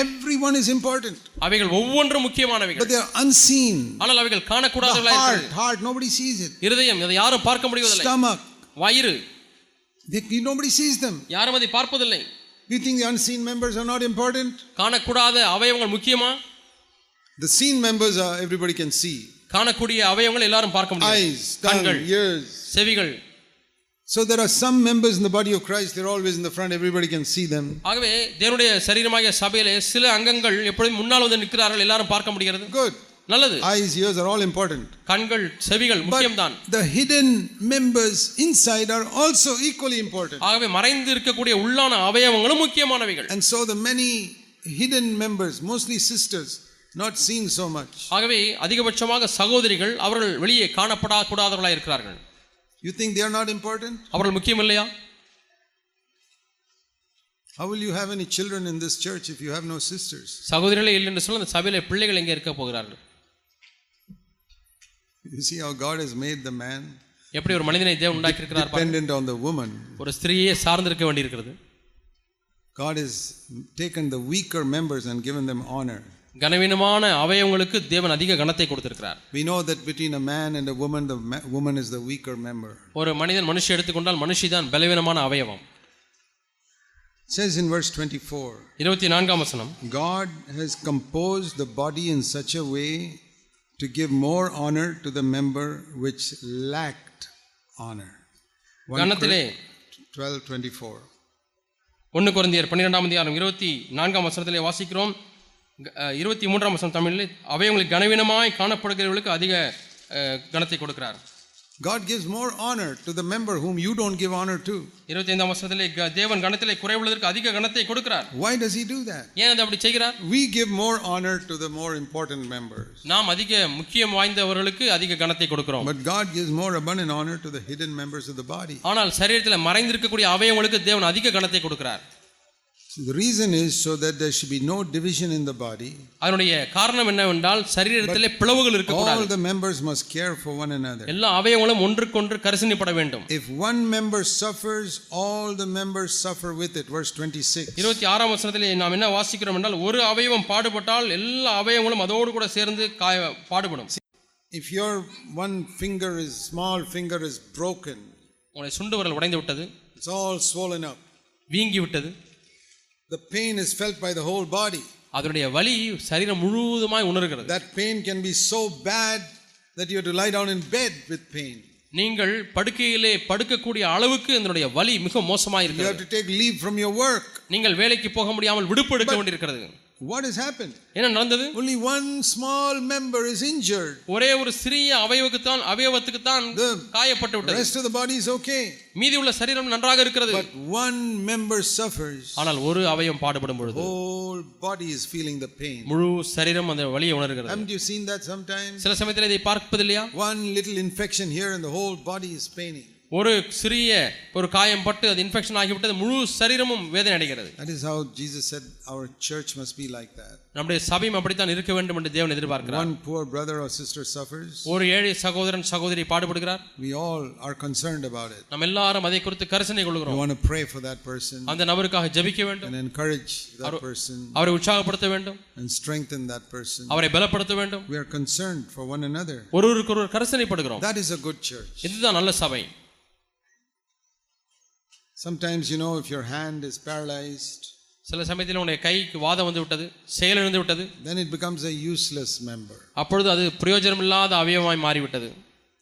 [SPEAKER 1] Everyone is important,
[SPEAKER 2] அவைகள் ஒவ்வொன்றும்
[SPEAKER 1] but
[SPEAKER 2] முக்கியமானவைகள்
[SPEAKER 1] they are unseen.
[SPEAKER 2] ஆனால் அவைகள்
[SPEAKER 1] The
[SPEAKER 2] காணக்கூடாதவர்களாக
[SPEAKER 1] heart,
[SPEAKER 2] இருக்கிறது.
[SPEAKER 1] heart, nobody sees it.
[SPEAKER 2] இருதயம் அதை யாரும் பார்க்க முடிவதில்லை
[SPEAKER 1] Stomach,
[SPEAKER 2] வயிறு
[SPEAKER 1] they, nobody sees them.
[SPEAKER 2] யாரும் அதை பார்ப்பதில்லை
[SPEAKER 1] You think the unseen members are not important?
[SPEAKER 2] காணக்கூடாத அவயவங்கள் முக்கியமா
[SPEAKER 1] The seen members are everybody can see.
[SPEAKER 2] காணக்கூடிய அவயவங்கள் எல்லாரும் பார்க்க
[SPEAKER 1] Eyes,
[SPEAKER 2] முடியும்
[SPEAKER 1] tongue,
[SPEAKER 2] கண்கள்
[SPEAKER 1] ears.
[SPEAKER 2] செவிகள்
[SPEAKER 1] So there are some members in the body of Christ, they're always in the front, everybody can see them.
[SPEAKER 2] ஆகவே தேவனுடைய சரீரமாகிய சபையிலே சில அங்கங்கள் எப்பொழுதும் முன்னால் வந்து நிற்கிறார்கள் எல்லாரும் பார்க்க முடிகிறது
[SPEAKER 1] Good.
[SPEAKER 2] நல்லது
[SPEAKER 1] Eyes, ears are all important.
[SPEAKER 2] கண்கள் செவிகள் முக்கியம்தான்
[SPEAKER 1] The hidden members inside are also equally important.
[SPEAKER 2] ஆகவே மறைந்து இருக்கக்கூடிய உள்ளான அவயவங்களும் முக்கியமானவைகள்
[SPEAKER 1] And so the many hidden members, mostly sisters, not seen so much.
[SPEAKER 2] ஆகவே அதிகபட்சமாக சகோதரிகள் அவர்கள் வெளியே காணப்படக்கூடாதவர்களாக இருக்கிறார்கள்
[SPEAKER 1] You think they are not important?
[SPEAKER 2] அவர்கள் முக்கியம் இல்லையா
[SPEAKER 1] How will you have any children in this church if you have no sisters?
[SPEAKER 2] சகோதரிகளே இல்லை என்று சொல்ல அந்த சபையிலே பிள்ளைகள் எங்கே இருக்க போகிறார்கள்
[SPEAKER 1] You see how God has made the man
[SPEAKER 2] எப்படி ஒரு மனிதனை தேவன் உண்டாக்கியிருக்கிறார் பாருங்க.
[SPEAKER 1] dependent on the woman.
[SPEAKER 2] ஒரு ஸ்திரீயை சார்ந்திருக்க வேண்டியிருக்கிறது
[SPEAKER 1] God has taken the weaker members and given them honor.
[SPEAKER 2] கனவீனமான அவயவங்களுக்கு தேவன் அதிக கனத்தை கொடுத்திருக்கிறார்
[SPEAKER 1] We know that between a man and a woman, the ma- woman is the weaker member.
[SPEAKER 2] ஒரு மனிதன் மனுஷி எடுத்துக்கொண்டால் மனுஷி தான் பலவீனமான அவயவம்
[SPEAKER 1] It says in verse 24
[SPEAKER 2] இருபத்தி நான்காம் வசனம்
[SPEAKER 1] God has composed the body in such a way to give more honor to the member which lacked honor. 1
[SPEAKER 2] கனத்திலே
[SPEAKER 1] 12 24.
[SPEAKER 2] ஒன்று குறைந்தியர் பன்னிரெண்டாம் அதிகாரம் இருபத்தி நான்காம் வசனத்திலே வாசிக்கிறோம் க- அஹ், இருபத்தி மூன்றாம் வசனம் தமிழில் அவயவங்களுக்கு கனவீனமாய் காணப்படுகிறவர்களுக்கு அதிக அஹ், கனத்தை கொடுக்கிறார்
[SPEAKER 1] God gives more honor to the member whom you don't give honor to.
[SPEAKER 2] இருபத்தி ஐந்தாம் வசனத்திலே க- தேவன் கணத்திலே குறைவுள்ளதற்கு அதிக கனத்தை கொடுக்கிறார்
[SPEAKER 1] Why does He do that?
[SPEAKER 2] ஏன் அதை அப்படி செய்கிறார்
[SPEAKER 1] We give more honor to the more important members,
[SPEAKER 2] நாம் அதிக முக்கியம் வாய்ந்தவர்களுக்கு அதிக கனத்தை கொடுக்கிறோம்
[SPEAKER 1] but God gives more abundant honor to the hidden members of the body.
[SPEAKER 2] ஆனால் சரீரத்தில் மறைந்திருக்கக்கூடிய அவயவங்களுக்கு தேவன் அதிக கனத்தை கொடுக்கிறார்
[SPEAKER 1] So the reason is so that there should be no division in the body.
[SPEAKER 2] அதனுடைய காரணம் என்னவென்றால் சரீரத்திலே பிளவுகள்
[SPEAKER 1] All
[SPEAKER 2] இருக்கக்கூடாது
[SPEAKER 1] the members must care for one another.
[SPEAKER 2] எல்லா அவயவங்களும் ஒன்றுக்கொன்று கரிசனைப்பட வேண்டும்
[SPEAKER 1] If one member suffers, all the members suffer with it. Verse 26.
[SPEAKER 2] இருபத்தி ஆறாம் வசனத்திலே நாம் என்ன வாசிக்கிறோம் என்றால் ஒரு அவயவம் பாடுபட்டால் எல்லா அவயவங்களும் அதோடு கூட சேர்ந்து காய- பாடுபடும்
[SPEAKER 1] If your one finger is small finger is broken,
[SPEAKER 2] உங்களுடைய சுண்டு விரல் உடைந்து விட்டது
[SPEAKER 1] it's all swollen up.
[SPEAKER 2] வீங்கி விட்டது
[SPEAKER 1] The pain is felt by the whole body.
[SPEAKER 2] அதனுடைய வலி சரீரம் முழுவதுமாய் உணர்கிறது
[SPEAKER 1] That pain can be so bad that you have to lie down in bed with pain.
[SPEAKER 2] நீங்கள் படுக்கையிலே படுக்கக்கூடிய அளவுக்கு இதனுடைய வலி மிக மோசமாக
[SPEAKER 1] You have
[SPEAKER 2] இருக்கிறது
[SPEAKER 1] to take leave from your work.
[SPEAKER 2] நீங்கள் வேலைக்கு போக முடியாமல் விடுப்பு எடுக்க வேண்டியிருக்கிறது
[SPEAKER 1] What has happened?
[SPEAKER 2] என்ன நடந்தது
[SPEAKER 1] Only one small member is injured.
[SPEAKER 2] ஒரே ஒரு சிறிய அவயவுக்குத்தான் அவயவத்துக்குத்தான்
[SPEAKER 1] The-
[SPEAKER 2] காயப்பட்டு
[SPEAKER 1] The
[SPEAKER 2] விட்டது
[SPEAKER 1] rest of the body is okay.
[SPEAKER 2] மீதி உள்ள சரீரம் நன்றாக இருக்கிறது
[SPEAKER 1] But one member suffers.
[SPEAKER 2] ஆனால் ஒரு அவயம் பாடுபடும் பொழுது
[SPEAKER 1] Whole body is feeling the pain.
[SPEAKER 2] முழு சரீரம் அந்த வலியை உணர்கிறது
[SPEAKER 1] Haven't you seen that sometimes?
[SPEAKER 2] சில சமயத்தில் இதை பார்ப்பது இல்லையா
[SPEAKER 1] One little infection here and the whole body is paining.
[SPEAKER 2] ஒரு சிறிய ஒரு காயம் பட்டு அது இன்ஃபெக்ஷன் ஆகிவிட்டது முழு சரீரமும் வேதனை அடைகிறது
[SPEAKER 1] That is how Jesus said our church must be like that.
[SPEAKER 2] நம்முடைய சபையும் அப்படித்தான் இருக்க வேண்டும் என்று தேவன் எதிர்பார்க்கிறார்
[SPEAKER 1] One poor brother or sister suffers.
[SPEAKER 2] ஒரு ஏழை சகோதரன் சகோதரி பாடுபடுகிறார்
[SPEAKER 1] We all are concerned about it.
[SPEAKER 2] நம்ம எல்லாரும் அதை குறித்து கரிசனை
[SPEAKER 1] We
[SPEAKER 2] கொள்கிறோம்
[SPEAKER 1] want to pray for that person
[SPEAKER 2] அந்த நபருக்காக ஜெபிக்க வேண்டும்
[SPEAKER 1] and encourage that person
[SPEAKER 2] அவரை உற்சாகப்படுத்த வேண்டும்
[SPEAKER 1] and strengthen that person.
[SPEAKER 2] அவரை பலப்படுத்த வேண்டும்
[SPEAKER 1] We are concerned for one another.
[SPEAKER 2] ஒருவருக்கொருவர் கரிசனைப்படுகிறோம்
[SPEAKER 1] That is a good church.
[SPEAKER 2] இதுதான் நல்ல சபை
[SPEAKER 1] Sometimes, you know, if your hand is paralyzed,
[SPEAKER 2] சில சமயத்தில் உன்னுடைய கைக்கு வாதம் வந்து விட்டது செயலிழந்து விட்டது
[SPEAKER 1] then it becomes a useless member.
[SPEAKER 2] அப்பொழுது அது பிரயோஜனமில்லாத அவயவமாய் மாறிவிட்டது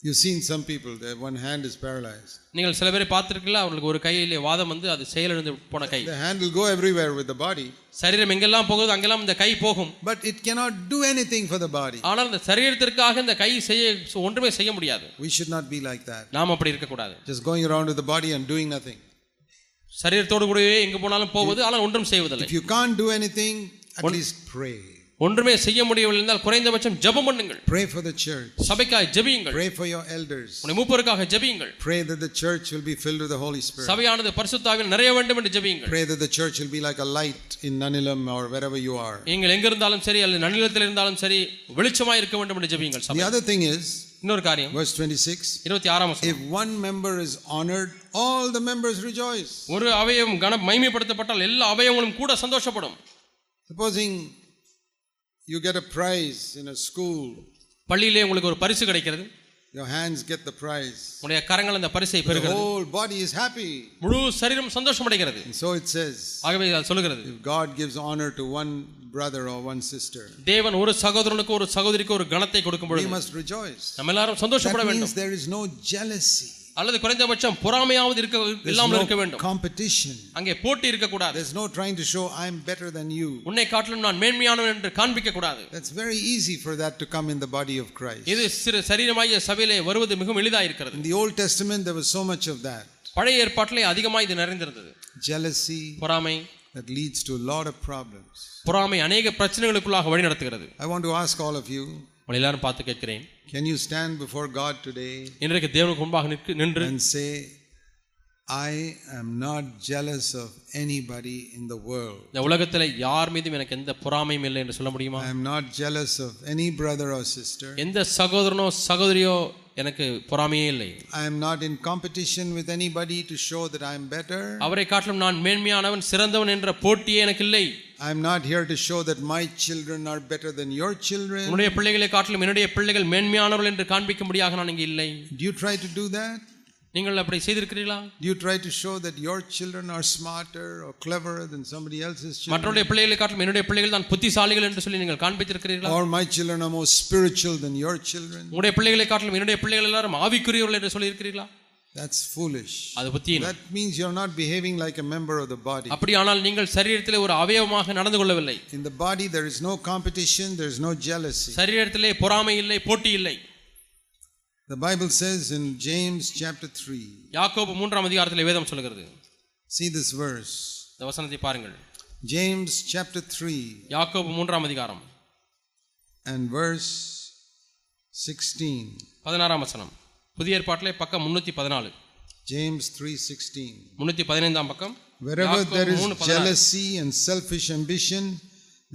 [SPEAKER 1] You've seen some people, their one hand is paralyzed.
[SPEAKER 2] நீங்கள் சில பேரை பார்த்திருக்கீங்களா அவர்களுக்கு ஒரு கையிலே வாதம் வந்து அது செயலிழந்து போன கை
[SPEAKER 1] The hand will go everywhere with the body,
[SPEAKER 2] சரீரம் எங்கெல்லாம் போகுதோ அங்கெல்லாம் இந்த கை போகும்
[SPEAKER 1] but it cannot do anything for the body.
[SPEAKER 2] ஆனால் இந்த சரீரத்திற்காக இந்த கை செய்ய ஒன்றுமே செய்ய முடியாது
[SPEAKER 1] We should not be like that.
[SPEAKER 2] நாம் அப்படி இருக்கக்கூடாது
[SPEAKER 1] Just going around with the body and doing nothing.
[SPEAKER 2] சரீரத்தோடு கூடவே எங்க போனாலும் போவது ஆனால் ஒன்றும் செய்வதில்லை
[SPEAKER 1] If you can't do anything, at least pray.
[SPEAKER 2] ஒன்றுமே செய்ய முடியவில்லை என்றால் குறைந்தபட்சம் ஜெபம் பண்ணுங்கள்
[SPEAKER 1] Pray for the church.
[SPEAKER 2] சபைக்காய் ஜெபியுங்கள்
[SPEAKER 1] Pray for your elders.
[SPEAKER 2] உன்னை மூப்பருக்காக ஜெபியுங்கள்
[SPEAKER 1] Pray that the church will be filled with the Holy Spirit.
[SPEAKER 2] சபையானது பரிசுத்தாவில் நிறைய வேண்டும் என்று ஜெபியுங்கள்
[SPEAKER 1] Pray that the church will be like a light in Nanilam or wherever you are.
[SPEAKER 2] நீங்கள் எங்க இருந்தாலும் சரி அல்லது நன்னிலத்தில் இருந்தாலும் சரி வெளிச்சமாய் இருக்க வேண்டும் என்று ஜெபியுங்கள்
[SPEAKER 1] The
[SPEAKER 2] சபை
[SPEAKER 1] other thing is,
[SPEAKER 2] இன்னொரு காரியம்
[SPEAKER 1] verse 26
[SPEAKER 2] இருபத்தி ஆறாம் வசனம்.
[SPEAKER 1] if one member is honored, all the members rejoice.
[SPEAKER 2] ஒரு அவயம் கன மகிமைப்படுத்தப்பட்டால் எல்லா அவயங்களும் கூட சந்தோஷப்படும்
[SPEAKER 1] Supposing you get a prize in a school,
[SPEAKER 2] பள்ளியிலே உங்களுக்கு ஒரு பரிசு கிடைக்கிறது
[SPEAKER 1] your hands get the prize.
[SPEAKER 2] உங்களுடைய கரங்கள் அந்த பரிசை
[SPEAKER 1] The
[SPEAKER 2] பெறுகிறது
[SPEAKER 1] whole body is happy.
[SPEAKER 2] முழு சரீரம் சந்தோஷம் அடைகிறது
[SPEAKER 1] And so it says,
[SPEAKER 2] ஆகவே அது சொல்லுகிறது
[SPEAKER 1] if God gives honor to one brother or one sister,
[SPEAKER 2] தேவன் ஒரு சகோதரனுக்கு ஒரு சகோதரிக்கு ஒரு கணத்தை கொடுக்கும்
[SPEAKER 1] we
[SPEAKER 2] பொழுது
[SPEAKER 1] must rejoice.
[SPEAKER 2] நம்ம எல்லாரும் சந்தோஷப்பட
[SPEAKER 1] That means
[SPEAKER 2] வேண்டும்
[SPEAKER 1] there is no jealousy,
[SPEAKER 2] அல்லது குறைந்தபட்சம் பொறாமையாவது இருக்க
[SPEAKER 1] there's
[SPEAKER 2] இல்லாமல் இருக்க
[SPEAKER 1] no
[SPEAKER 2] வேண்டும்
[SPEAKER 1] competition,
[SPEAKER 2] அங்கே போட்டி இருக்கக்கூடாது
[SPEAKER 1] there's no trying to show I'm better than you.
[SPEAKER 2] உன்னை காட்டிலும் நான் மேன்மையானவன் என்று காண்பிக்க கூடாது
[SPEAKER 1] That's very easy for that to come in the body of Christ.
[SPEAKER 2] இது சிறு சரீரமாகிய சபையிலே வருவது மிகவும் எளிதாக இருக்கிறது
[SPEAKER 1] In the Old Testament, there was so much of that
[SPEAKER 2] பழைய ஏற்பாட்டிலே அதிகமாக இது நிறைந்திருந்தது
[SPEAKER 1] jealousy
[SPEAKER 2] பொறாமை
[SPEAKER 1] that leads to a lot of problems.
[SPEAKER 2] பொறாமை அநேக பிரச்சனைகளுக்குள்ளாக வழிநடத்துகிறது
[SPEAKER 1] I want to ask all of you
[SPEAKER 2] உங்களை எல்லாரும் பார்த்து கேட்கிறேன்
[SPEAKER 1] Can you stand before God today
[SPEAKER 2] இன்றைக்கு தேவனுக்கு முன்பாக நிற்கு நின்று
[SPEAKER 1] and say, I am not jealous of anybody in the world.
[SPEAKER 2] இந்த உலகத்தில் யார் மீதும் எனக்கு எந்த பொறாமையும் இல்லை என்று சொல்ல முடியுமா
[SPEAKER 1] I am not jealous of any brother or sister.
[SPEAKER 2] எந்த சகோதரனோ சகோதரியோ எனக்கு பொறாமையே இல்லை
[SPEAKER 1] I am not in competition with anybody to show that I am better.
[SPEAKER 2] அவரை காட்டிலும் நான் மேன்மையானவன் சிறந்தவன் என்ற போட்டியே எனக்கு இல்லை
[SPEAKER 1] I am not here to show that my children are better than your children.
[SPEAKER 2] உன்னுடைய பிள்ளைகளை காட்டிலும் என்னுடைய பிள்ளைகள் மேன்மையானவர்கள் என்று காண்பிக்கும்படியாக நான் இங்கே இல்லை
[SPEAKER 1] Do you try to do that?
[SPEAKER 2] நீங்கள் அப்படி செய்திருக்கிறீர்களா
[SPEAKER 1] Do you try to show that your children are smarter or cleverer than somebody else's children?
[SPEAKER 2] மற்றவருடைய பிள்ளைகளை காட்டிலும் என்னுடைய பிள்ளைகள் தான் புத்திசாலிகள் என்று சொல்லி நீங்கள் காண்பித்திருக்கிறீர்களா
[SPEAKER 1] Or my children are more spiritual than your children?
[SPEAKER 2] உங்களுடைய பிள்ளைகளை காட்டிலும் என்னுடைய பிள்ளைகள் எல்லாரும் ஆவிக்குரியவர்கள் என்று சொல்லியிருக்கிறீர்களா
[SPEAKER 1] That's foolish.
[SPEAKER 2] அது புத்தியின்
[SPEAKER 1] That means you're not behaving like a member of the body.
[SPEAKER 2] அப்படியானால் நீங்கள் சரீரத்திலே ஒரு அவயவமாக நடந்து கொள்ளவில்லை
[SPEAKER 1] In the body, there is no competition, there is no jealousy.
[SPEAKER 2] சரீரத்திலே பொறாமை இல்லை போட்டி இல்லை
[SPEAKER 1] The Bible says in James chapter 3,
[SPEAKER 2] யாக்கோபு மூன்றாம் அதிகாரத்திலே வேதம் சொல்கிறது
[SPEAKER 1] see this verse.
[SPEAKER 2] இந்த வசனத்தை பாருங்கள்
[SPEAKER 1] James chapter 3
[SPEAKER 2] யாக்கோபு மூன்றாம் அதிகாரம்
[SPEAKER 1] and verse 16.
[SPEAKER 2] பதினாறாம் வசனம் புதிய ஏற்பாட்டிலே பக்கம் முன்னூத்தி பதினாலு
[SPEAKER 1] James 3:16.
[SPEAKER 2] முன்னூத்தி பதினைந்தாம் பக்கம்
[SPEAKER 1] Wherever
[SPEAKER 2] யாக்கோபு
[SPEAKER 1] there is
[SPEAKER 2] மூணு பதினாறு.
[SPEAKER 1] jealousy and selfish ambition,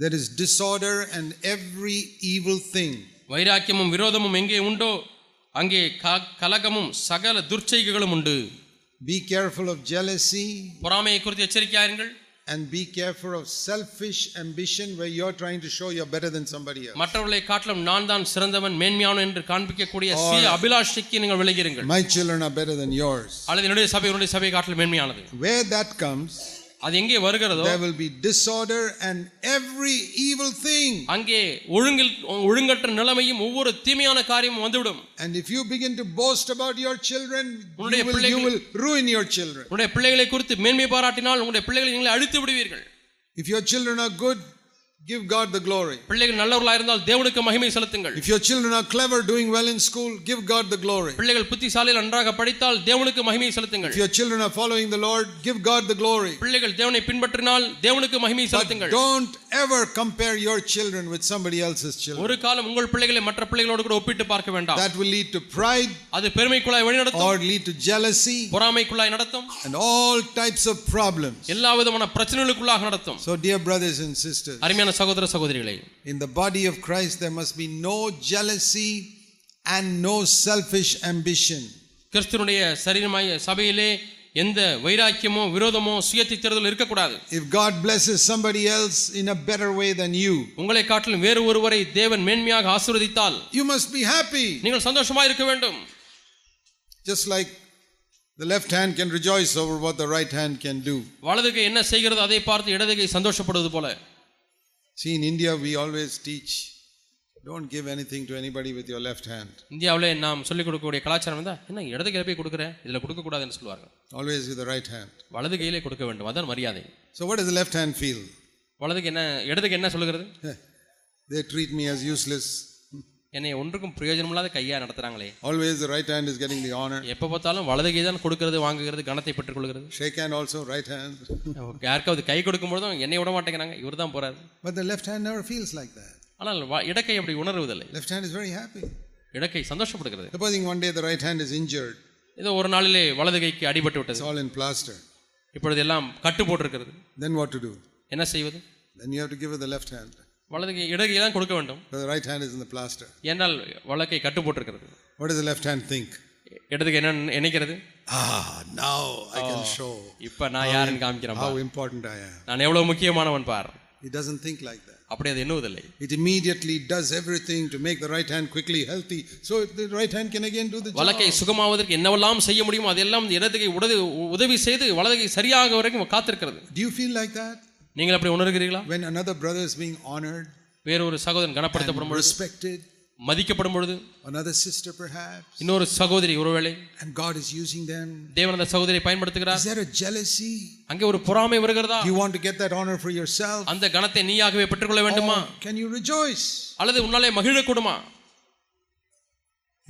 [SPEAKER 1] there is disorder and every evil thing.
[SPEAKER 2] வைராக்கியமும் விரோதமும் எங்கே உண்டோ அங்கே க- கலகமும் சகல துர்ச்செய்கைகளும் உண்டு
[SPEAKER 1] Be careful of jealousy
[SPEAKER 2] பொறாமையை குறித்து எச்சரிக்கையாயிருங்கள்
[SPEAKER 1] and be careful of selfish ambition where you're trying to show you're better than somebody else.
[SPEAKER 2] மற்றவர்களை காட்டிலும் நான் தான் சிறந்தவன் மேன்மையானவன் என்று காண்பிக்கக்கூடிய
[SPEAKER 1] Or-
[SPEAKER 2] சுய அபிலாஷைக்கு நீங்கள் விலகிறீர்கள்
[SPEAKER 1] My children are better than yours.
[SPEAKER 2] அல்லது என்னுடைய சபை என்னுடைய சபையை காட்டிலும் மேன்மையானது
[SPEAKER 1] Where that comes,
[SPEAKER 2] அது எங்கே வருகிறதோ
[SPEAKER 1] there will be disorder and every evil thing.
[SPEAKER 2] அங்கே ஒழுங்கில் ஒழுங்கற்ற நிலைமையும் ஒவ்வொரு தீமையான காரியமும் வந்துவிடும்
[SPEAKER 1] And if you begin to boast about your children,
[SPEAKER 2] உன்னுடைய
[SPEAKER 1] you will, you will
[SPEAKER 2] பிள்ளைகள்-
[SPEAKER 1] ruin your children.
[SPEAKER 2] உங்களுடைய பிள்ளைகளை குறித்து மேன்மை பாராட்டினால் உங்களுடைய பிள்ளைகளை நீங்களே அழித்து விடுவீர்கள்
[SPEAKER 1] If your children are good, give God the glory.
[SPEAKER 2] பிள்ளைகள் நல்லவர்களாக இருந்தால் தேவனுக்கு மகிமை செலுத்துங்கள்
[SPEAKER 1] If your children are clever, doing well in school, give God the glory.
[SPEAKER 2] பிள்ளைகள் புத்திசாலியில் நன்றாக படித்தால் தேவனுக்கு மகிமை செலுத்துங்கள்
[SPEAKER 1] If your children are following the Lord, give God the glory.
[SPEAKER 2] பிள்ளைகள் தேவனை பின்பற்றினால் தேவனுக்கு மகிமை
[SPEAKER 1] But
[SPEAKER 2] செலுத்துங்கள்
[SPEAKER 1] don't ever compare your children with somebody else's children.
[SPEAKER 2] ஒரு காலம் உங்கள் பிள்ளைகளை மற்ற பிள்ளைகளோடு கூட ஒப்பிட்டு பார்க்க வேண்டாம்
[SPEAKER 1] That will lead to pride
[SPEAKER 2] அது பெருமைக்குள்ளாய் வழிநடத்தும்
[SPEAKER 1] or lead to jealousy
[SPEAKER 2] பொறாமைக்குள்ளாய் நடத்தும்
[SPEAKER 1] and all types of problems.
[SPEAKER 2] எல்லா விதமான பிரச்சனைகளுக்குள்ளாக நடத்தும்
[SPEAKER 1] So, dear brothers and sisters,
[SPEAKER 2] அருமையான சகோதர சகோதரிகளே
[SPEAKER 1] in the body of Christ, there must be no jealousy and no selfish ambition.
[SPEAKER 2] கிறிஸ்துவனுடைய சரீரமாய சபையிலே எந்த வைராக்கியமோ விரோதமோ சுயத்தை தேர்தல் இருக்கக்கூடாது
[SPEAKER 1] If God blesses somebody else in a better way than you,
[SPEAKER 2] உங்களை காட்டிலும் வேறு ஒருவரை தேவன் மேன்மையாக ஆசீர்வதித்தால்
[SPEAKER 1] you must be happy.
[SPEAKER 2] நீங்கள் சந்தோஷமா இருக்க வேண்டும்
[SPEAKER 1] Just like the left hand can rejoice over what the right hand can do.
[SPEAKER 2] வலதுகை என்ன செய்கிறது அதை பார்த்து இடதுகை சந்தோஷப்படுவது போல
[SPEAKER 1] See, in India, we always teach don't give anything to anybody with your left hand,
[SPEAKER 2] இந்தியாவிலே நாம் சொல்லிக் கொடுக்கக்கூடிய கலாச்சாரம் தான் என்ன இடது கையில போய் கொடுக்குறேன் இதில் கொடுக்கக்கூடாதுன்னு சொல்லுவார்கள்
[SPEAKER 1] always with the right hand.
[SPEAKER 2] வலது கையிலே கொடுக்க வேண்டும் அதான் மரியாதை
[SPEAKER 1] So, what does the left hand feel?
[SPEAKER 2] வலதுக்கு என்ன இடதுக்கு என்ன சொல்லுகிறது
[SPEAKER 1] They treat me as useless.
[SPEAKER 2] என்னை ஒன்றுக்கும் பிரயோஜனமில்லாத கையாக நடத்துகிறாங்களே
[SPEAKER 1] Always the right hand is getting the honor.
[SPEAKER 2] எப்போ பார்த்தாலும் வலது கை தான் கொடுக்கறது வாங்குகிறது கணத்தை பெற்றுக்கொள்கிறது
[SPEAKER 1] Shake hand also, right hand.
[SPEAKER 2] யாருக்காவது கை கொடுக்கும்போதும் என்னை விட மாட்டேங்கிறாங்க இவர் தான் போறாரு
[SPEAKER 1] But the left hand never feels like that.
[SPEAKER 2] ஆனால் வ- இடக்கை அப்படி உணர்வதில்லை
[SPEAKER 1] Left hand is very happy.
[SPEAKER 2] Idakkai சந்தோஷப்படுகிறது
[SPEAKER 1] Supposing one day the right hand is injured,
[SPEAKER 2] ஏதோ ஒரு நாளிலே வலது கைக்கு அடிபட்டு விட்டது
[SPEAKER 1] it's all in plaster.
[SPEAKER 2] இப்பொழுது எல்லாம் கட்டு போட்டிருக்கிறது
[SPEAKER 1] Then what to do?
[SPEAKER 2] என்ன செய்வது
[SPEAKER 1] Then you have to give her the left hand.
[SPEAKER 2] வலது கை இடகையை தான் கொடுக்க வேண்டும்
[SPEAKER 1] But the right hand is in the plaster.
[SPEAKER 2] ஏனால் வழக்கை கட்டு போட்டிருக்கிறது
[SPEAKER 1] What does the left hand think?
[SPEAKER 2] இடதுக்கு என்ன நினை- நினைக்கிறது
[SPEAKER 1] Ah, now I can show
[SPEAKER 2] இப்ப நான் யாருன்னு காமிக்கிறேன் பார்.
[SPEAKER 1] how important I am.
[SPEAKER 2] நான் எவ்வளவு முக்கியமானவன் பார்
[SPEAKER 1] It doesn't think like that.
[SPEAKER 2] அப்படி அது எண்ணுவதில்லை
[SPEAKER 1] It immediately does everything to make the right hand quickly healthy so the right hand can again do the job.
[SPEAKER 2] வழக்கை சுகமாவதற்கு என்னவெல்லாம் செய்ய முடியுமோ அதெல்லாம் இடதுகை உடது உதவி செய்து வலதுகை சரியாக வரைக்கும் காத்திருக்கிறது
[SPEAKER 1] Do you feel like that?
[SPEAKER 2] நீங்கள் அப்படி உணர்கிறீர்களா
[SPEAKER 1] When another brother is being honored,
[SPEAKER 2] வேறொரு சகோதரன் கனப்படுத்தப்படும் பொழுது
[SPEAKER 1] respected,
[SPEAKER 2] மதிக்கப்படும் பொழுது
[SPEAKER 1] another sister perhaps,
[SPEAKER 2] இன்னொரு சகோதரி ஒருவேளை
[SPEAKER 1] and God is using them.
[SPEAKER 2] தேவன் அந்த சகோதரியை பயன்படுத்துகிறார்
[SPEAKER 1] Is there a jealousy?
[SPEAKER 2] அங்கே ஒரு பொறாமை வருகிறதா
[SPEAKER 1] Do you want to get that honor for yourself?
[SPEAKER 2] அந்த கணத்தை நீயாகவே பெற்றுக்கொள்ள வேண்டுமா
[SPEAKER 1] Or can you rejoice?
[SPEAKER 2] அல்லது உன்னாலே மகிழக்கூடுமா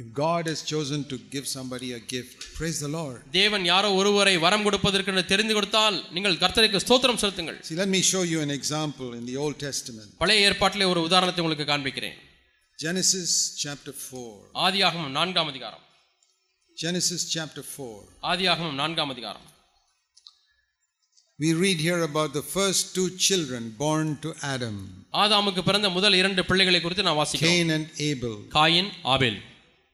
[SPEAKER 1] If God has chosen to give somebody a gift, praise the Lord.
[SPEAKER 2] தேவன் யாரோ ஒருவரை வரம் கொடுப்பதற்கு என்று தெரிந்து கொடுத்தால் நீங்கள் கர்த்தருக்கு ஸ்தோத்திரம் செலுத்துங்கள்
[SPEAKER 1] See, let me show you an example in the Old Testament.
[SPEAKER 2] பழைய ஏற்பாட்டிலே ஒரு உதாரணத்தை உங்களுக்கு காண்பிக்கிறேன்
[SPEAKER 1] Genesis chapter 4.
[SPEAKER 2] ஆதியாகமம் நான்காம் அதிகாரம்
[SPEAKER 1] Genesis chapter 4.
[SPEAKER 2] ஆதியாகமம் நான்காம் அதிகாரம்
[SPEAKER 1] We read here about the first two children born to Adam
[SPEAKER 2] ஆதாமுக்கு பிறந்த முதல் இரண்டு பிள்ளைகளை குறித்து நான் வாசிக்கிறேன்
[SPEAKER 1] Cain and Abel.
[SPEAKER 2] Cain Abel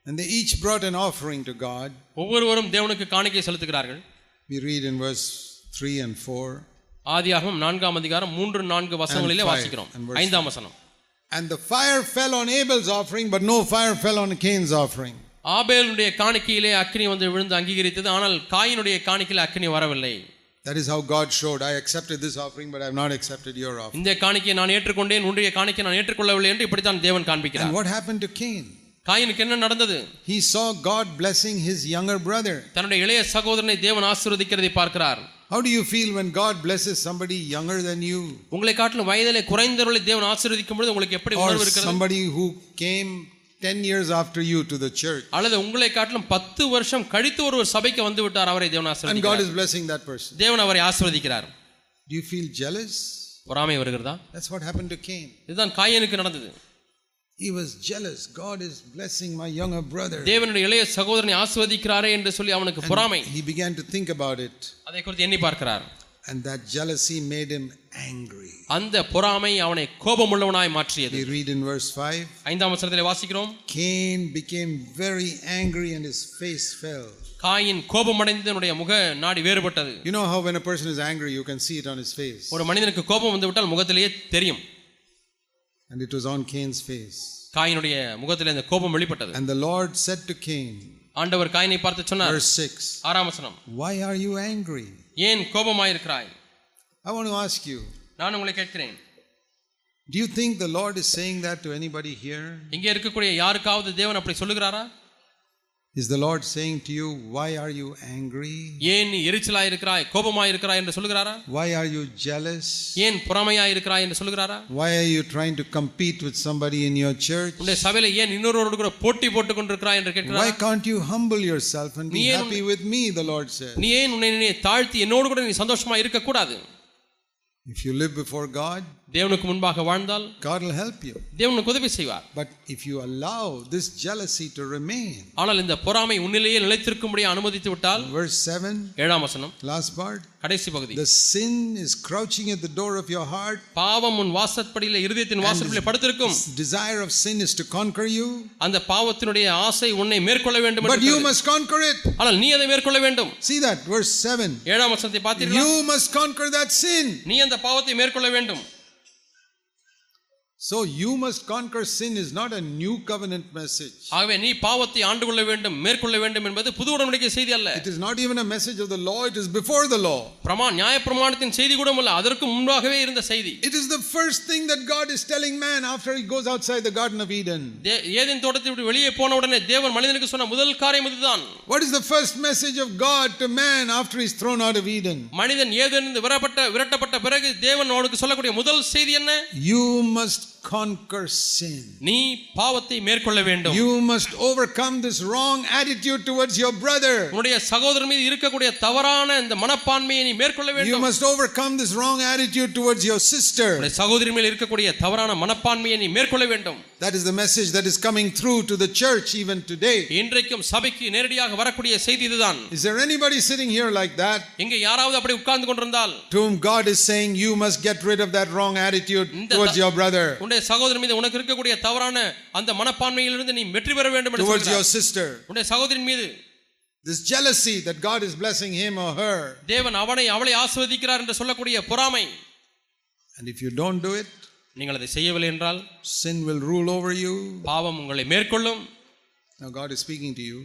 [SPEAKER 1] And they each brought an offering to God.
[SPEAKER 2] ஒவ்வொருவரும் தேவனுக்கு காணிக்கை செலுத்துகிறார்கள்
[SPEAKER 1] We read in verse 3 and 4.
[SPEAKER 2] ஆதியாகமம் நான்காம் அதிகாரம் மூன்று நான்கு வசனங்களிலே
[SPEAKER 1] And five.
[SPEAKER 2] வாசிக்கிறோம்
[SPEAKER 1] And verse
[SPEAKER 2] ஐந்தாம் வசனம்
[SPEAKER 1] And the fire fell on Abel's offering, but no fire fell on Cain's offering.
[SPEAKER 2] ஆபேலுடைய காணிக்கையிலே அக்கினி வந்து விழுந்து அங்கீகரித்தது ஆனால் காயினுடைய காணிக்கையிலே அக்கினி வரவில்லை
[SPEAKER 1] That is how God showed, I accepted this offering, but I have not accepted your offering.
[SPEAKER 2] இந்த காணிக்கையை நான் ஏற்றுக்கொண்டேன் உன்னுடைய காணிக்கை நான் ஏற்றுக்கொள்ளவில்லை என்று இப்படித்தான் தேவன்
[SPEAKER 1] And
[SPEAKER 2] காண்பிக்கிறார்
[SPEAKER 1] what happened to Cain?
[SPEAKER 2] காயினுக்கு என்ன நடந்தது
[SPEAKER 1] He saw God blessing his younger brother.
[SPEAKER 2] தன்னுடைய இளைய சகோதரனை தேவன் ஆசீர்வதிக்கிறதை பார்க்கிறார்
[SPEAKER 1] How do you feel when God blesses somebody younger than you?
[SPEAKER 2] உங்களை காட்டிலும் வயதிலே குறைந்தவர்களை தேவன் ஆசீர்வதிக்கும் பொழுது உங்களுக்கு எப்படி
[SPEAKER 1] Or
[SPEAKER 2] உணர்வு இருக்கிறது
[SPEAKER 1] somebody who came 10 years after you to the church.
[SPEAKER 2] அல்லது உங்களை காட்டிலும் பத்து வருஷம் கழித்து ஒருவர் சபைக்கு வந்து விட்டார் அவரை தேவன்
[SPEAKER 1] And God
[SPEAKER 2] ஆசீர்வதிக்கிறார்
[SPEAKER 1] is blessing that person.
[SPEAKER 2] தேவன் அவரை ஆசீர்வதிக்கிறார்
[SPEAKER 1] Do you feel jealous?
[SPEAKER 2] பொறாமை வருகிறதா
[SPEAKER 1] That's what happened to Cain.
[SPEAKER 2] இதுதான் காயனுக்கு நடந்தது
[SPEAKER 1] He was jealous. God is blessing my younger brother.
[SPEAKER 2] தேவனுடைய இளைய சகோதரனை ஆசீர்வதிக்கிறாரே என்று சொல்லி அவனுக்கு பொறாமை
[SPEAKER 1] He began to think about it,
[SPEAKER 2] அதை குறித்து எண்ணி பார்க்கிறார்
[SPEAKER 1] and that jealousy made him angry.
[SPEAKER 2] அந்த பொறாமை அவனை கோபமுள்ளவனாய் மாற்றியது
[SPEAKER 1] We read in verse 5
[SPEAKER 2] ஐந்தாம் வசனத்திலே வாசிக்கிறோம்
[SPEAKER 1] Cain became very angry and his face fell.
[SPEAKER 2] Cain கோபமடைந்து அவனுடைய முக நாடி வேறுபட்டது
[SPEAKER 1] You know how when a person is angry, you can see it on his face.
[SPEAKER 2] ஒரு மனிதனுக்கு கோபம் வந்துவிட்டால் முகத்திலேயே தெரியும்
[SPEAKER 1] And it was on Cain's face.
[SPEAKER 2] காயினுடைய முகத்திலே அந்த கோபம் வெளிப்பட்டது
[SPEAKER 1] And the Lord said to Cain,
[SPEAKER 2] ஆண்டவர் காயினை பார்த்து சொன்னார்
[SPEAKER 1] verse 6,
[SPEAKER 2] ஆறாம் வசனம்
[SPEAKER 1] Why are you angry?
[SPEAKER 2] ஏன் கோபமாயிருக்கிறாய்
[SPEAKER 1] I want to ask you,
[SPEAKER 2] நான் உங்களை கேட்கிறேன்
[SPEAKER 1] do you think the Lord is saying that to anybody here?
[SPEAKER 2] இங்கே இருக்கக்கூடிய யாருக்காவது தேவன் அப்படி சொல்லுகிறாரா
[SPEAKER 1] Is the Lord saying to you, Why are you angry?
[SPEAKER 2] ஏன் நீ எரிச்சலாய் இருக்கிறாய் கோபமாய் இருக்கிறாய் என்று சொல்லுகிறாரா
[SPEAKER 1] Why are you jealous?
[SPEAKER 2] ஏன் பொறாமையாய் இருக்கிறாய் என்று சொல்லுகிறாரா
[SPEAKER 1] Why are you trying to compete with somebody in your church?
[SPEAKER 2] உன்னுடைய சபையில ஏன் இன்னொருவரோடு கூட போட்டி போட்டுக் கொண்டிருக்கிறாய் என்று
[SPEAKER 1] Why
[SPEAKER 2] கேட்கிறார்
[SPEAKER 1] can't you humble yourself and be
[SPEAKER 2] நீ ஏன்
[SPEAKER 1] happy with me? The Lord said.
[SPEAKER 2] நீ ஏன் உன்னை நீ தாழ்த்தி என்னோடு கூட நீ சந்தோஷமா இருக்க கூடாது
[SPEAKER 1] If you live before God,
[SPEAKER 2] தேவனுக்கு முன்பாக வாழ்ந்தால்
[SPEAKER 1] God will help you.
[SPEAKER 2] தேவனுக்கு உதவி செய்வார்
[SPEAKER 1] But if you allow this jealousy to remain,
[SPEAKER 2] ஆனால் இந்த பொறாமை உன்னிலேயே நிலைத்திருக்கும்படி அனுமதித்து விட்டால்
[SPEAKER 1] verse 7,
[SPEAKER 2] ஏழாம் வசனம்
[SPEAKER 1] last part,
[SPEAKER 2] கடைசி பகுதி
[SPEAKER 1] the sin is crouching at the door of your heart.
[SPEAKER 2] பாவம் உன் வாசற்படியில இருதயத்தின் வாசற்படியில படுத்திருக்கும்
[SPEAKER 1] Its desire of sin is to conquer you,
[SPEAKER 2] அந்த பாவத்தினுடைய ஆசை உன்னை மேற்கொள்ள வேண்டும்
[SPEAKER 1] but
[SPEAKER 2] என்று
[SPEAKER 1] you
[SPEAKER 2] இருக்கிறது.
[SPEAKER 1] must conquer it.
[SPEAKER 2] ஆனால் நீ அதை மேற்கொள்ள வேண்டும்
[SPEAKER 1] See that, verse 7.
[SPEAKER 2] ஏழாம் வசனத்தை பார்த்தீர்களா
[SPEAKER 1] You must conquer that sin.
[SPEAKER 2] நீ அந்த பாவத்தை மேற்கொள்ள வேண்டும்
[SPEAKER 1] So, you must conquer sin is not a new covenant message.
[SPEAKER 2] ஆகவே நீ பாவத்தை ஆண்டு கொள்ள வேண்டும் மேற்கொள்ள வேண்டும் என்பது புது உடன்படிக்கை செய்தி அல்ல
[SPEAKER 1] It is not even a message of the law, it is before the law.
[SPEAKER 2] பிரமா நியாய பிரமாணத்தின் செய்தி கூட அல்ல அதற்கு முன்பாகவே இருந்த செய்தி
[SPEAKER 1] It is the first thing that God is telling man after he goes outside the Garden of Eden.
[SPEAKER 2] தே- ஏதேன் தோட்டத்தை விட்டு வெளியே போன உடனே தேவன் மனிதனுக்கு சொன்ன முதல் காரியம் இதுதான்
[SPEAKER 1] What is the first message of God to man after he's thrown out of Eden?
[SPEAKER 2] மனிதன் ஏதேனிருந்து விரப்பட்ட விரட்டப்பட்ட பிறகு தேவன் அவனுக்கு சொல்லக்கூடிய முதல் செய்தி என்ன
[SPEAKER 1] You must conquer sin.
[SPEAKER 2] நீ பாவத்தை மேற்கொள்ள வேண்டும்
[SPEAKER 1] You must overcome this wrong attitude towards your brother.
[SPEAKER 2] உன்னுடைய சகோதரன் மீது இருக்கக்கூடிய தவறான இந்த மனப்பான்மையை நீ மேற்கொள்ள
[SPEAKER 1] You
[SPEAKER 2] வேண்டும்
[SPEAKER 1] must overcome this wrong attitude towards your sister.
[SPEAKER 2] உன்னுடைய சகோதரி மேல் இருக்கக்கூடிய தவறான மனப்பான்மையை நீ மேற்கொள்ள வேண்டும்
[SPEAKER 1] That is the message that is coming through to the church even today.
[SPEAKER 2] இன்றைக்கும் சபைக்கு நேரடியாக வரக்கூடிய செய்தி இதுதான்
[SPEAKER 1] Is there anybody sitting here like that
[SPEAKER 2] இங்க யாராவது அப்படி உட்கார்ந்து கொண்டிருந்தால்
[SPEAKER 1] to whom God is saying, You must get rid of that wrong attitude towards your brother,
[SPEAKER 2] உன்னுடைய சகோதரன் மீது உனக்கு இருக்கக்கூடிய தவறான அந்த மனப்பான்மையிலிருந்து நீ வெற்றி பெற வேண்டும் என்று
[SPEAKER 1] towards your
[SPEAKER 2] சொல்கிறார்.
[SPEAKER 1] sister?
[SPEAKER 2] உன்னுடைய சகோதரின் மீது
[SPEAKER 1] This jealousy that God is blessing him or her.
[SPEAKER 2] தேவன் அவனை அவளை ஆசீர்வதிக்கிறார் என்று சொல்லக்கூடிய பொறாமை
[SPEAKER 1] And if you don't do it,
[SPEAKER 2] நீங்கள் அதை செய்யவில்லை என்றால்
[SPEAKER 1] sin will rule over you.
[SPEAKER 2] பாவம் உங்களை மேற்கொள்ளும்
[SPEAKER 1] Now, God is speaking to you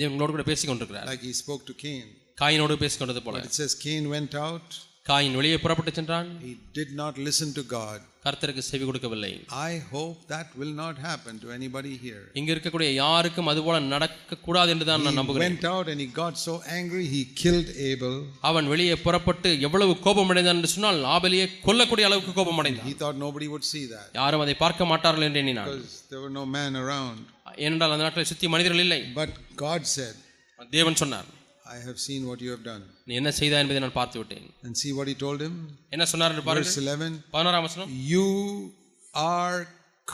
[SPEAKER 2] தேவன் உங்களோடு கூட பேசிக் கொண்டிருக்கிறார்
[SPEAKER 1] like He spoke to Cain.
[SPEAKER 2] காயினோடு பேசிக் கொண்டது போல
[SPEAKER 1] But it says Cain went out,
[SPEAKER 2] Cain வெளியே புறப்பட்டு சென்றான்
[SPEAKER 1] he did not listen to God.
[SPEAKER 2] கர்த்தருக்கு செவி கொடுக்கவில்லை
[SPEAKER 1] I hope that will not happen to anybody here.
[SPEAKER 2] இங்க இருக்கக்கூடிய யாருக்கும் அதுபோல நடக்க கூடாது என்று தான் நான்
[SPEAKER 1] He
[SPEAKER 2] நம்புகிறேன்
[SPEAKER 1] went out and he got so angry he killed Abel.
[SPEAKER 2] அவன் வெளியே புறப்பட்டு எவ்வளவு கோபம் அடைந்தான் என்று சொன்னால் ஆபலியை கொல்லக்கூடிய அளவுக்கு கோபம் அடைந்தான்
[SPEAKER 1] He thought nobody would see that
[SPEAKER 2] யாரும் அதை பார்க்க மாட்டார்கள் என்று எண்ணினான்
[SPEAKER 1] because there were no man around.
[SPEAKER 2] ஏனென்றால் அந்த நாட்டில் சுத்தி மனிதர்கள் இல்லை
[SPEAKER 1] But God said,
[SPEAKER 2] தேவன் சொன்னார்
[SPEAKER 1] I have seen what you have done.
[SPEAKER 2] நீ என்ன செய்தா என்பதை நான் பார்த்து விட்டேன்
[SPEAKER 1] And see what he told him?
[SPEAKER 2] என்ன சொன்னார் என்று
[SPEAKER 1] Verse
[SPEAKER 2] பாருங்கள்
[SPEAKER 1] 11
[SPEAKER 2] பதினோராம் வசனம்
[SPEAKER 1] You are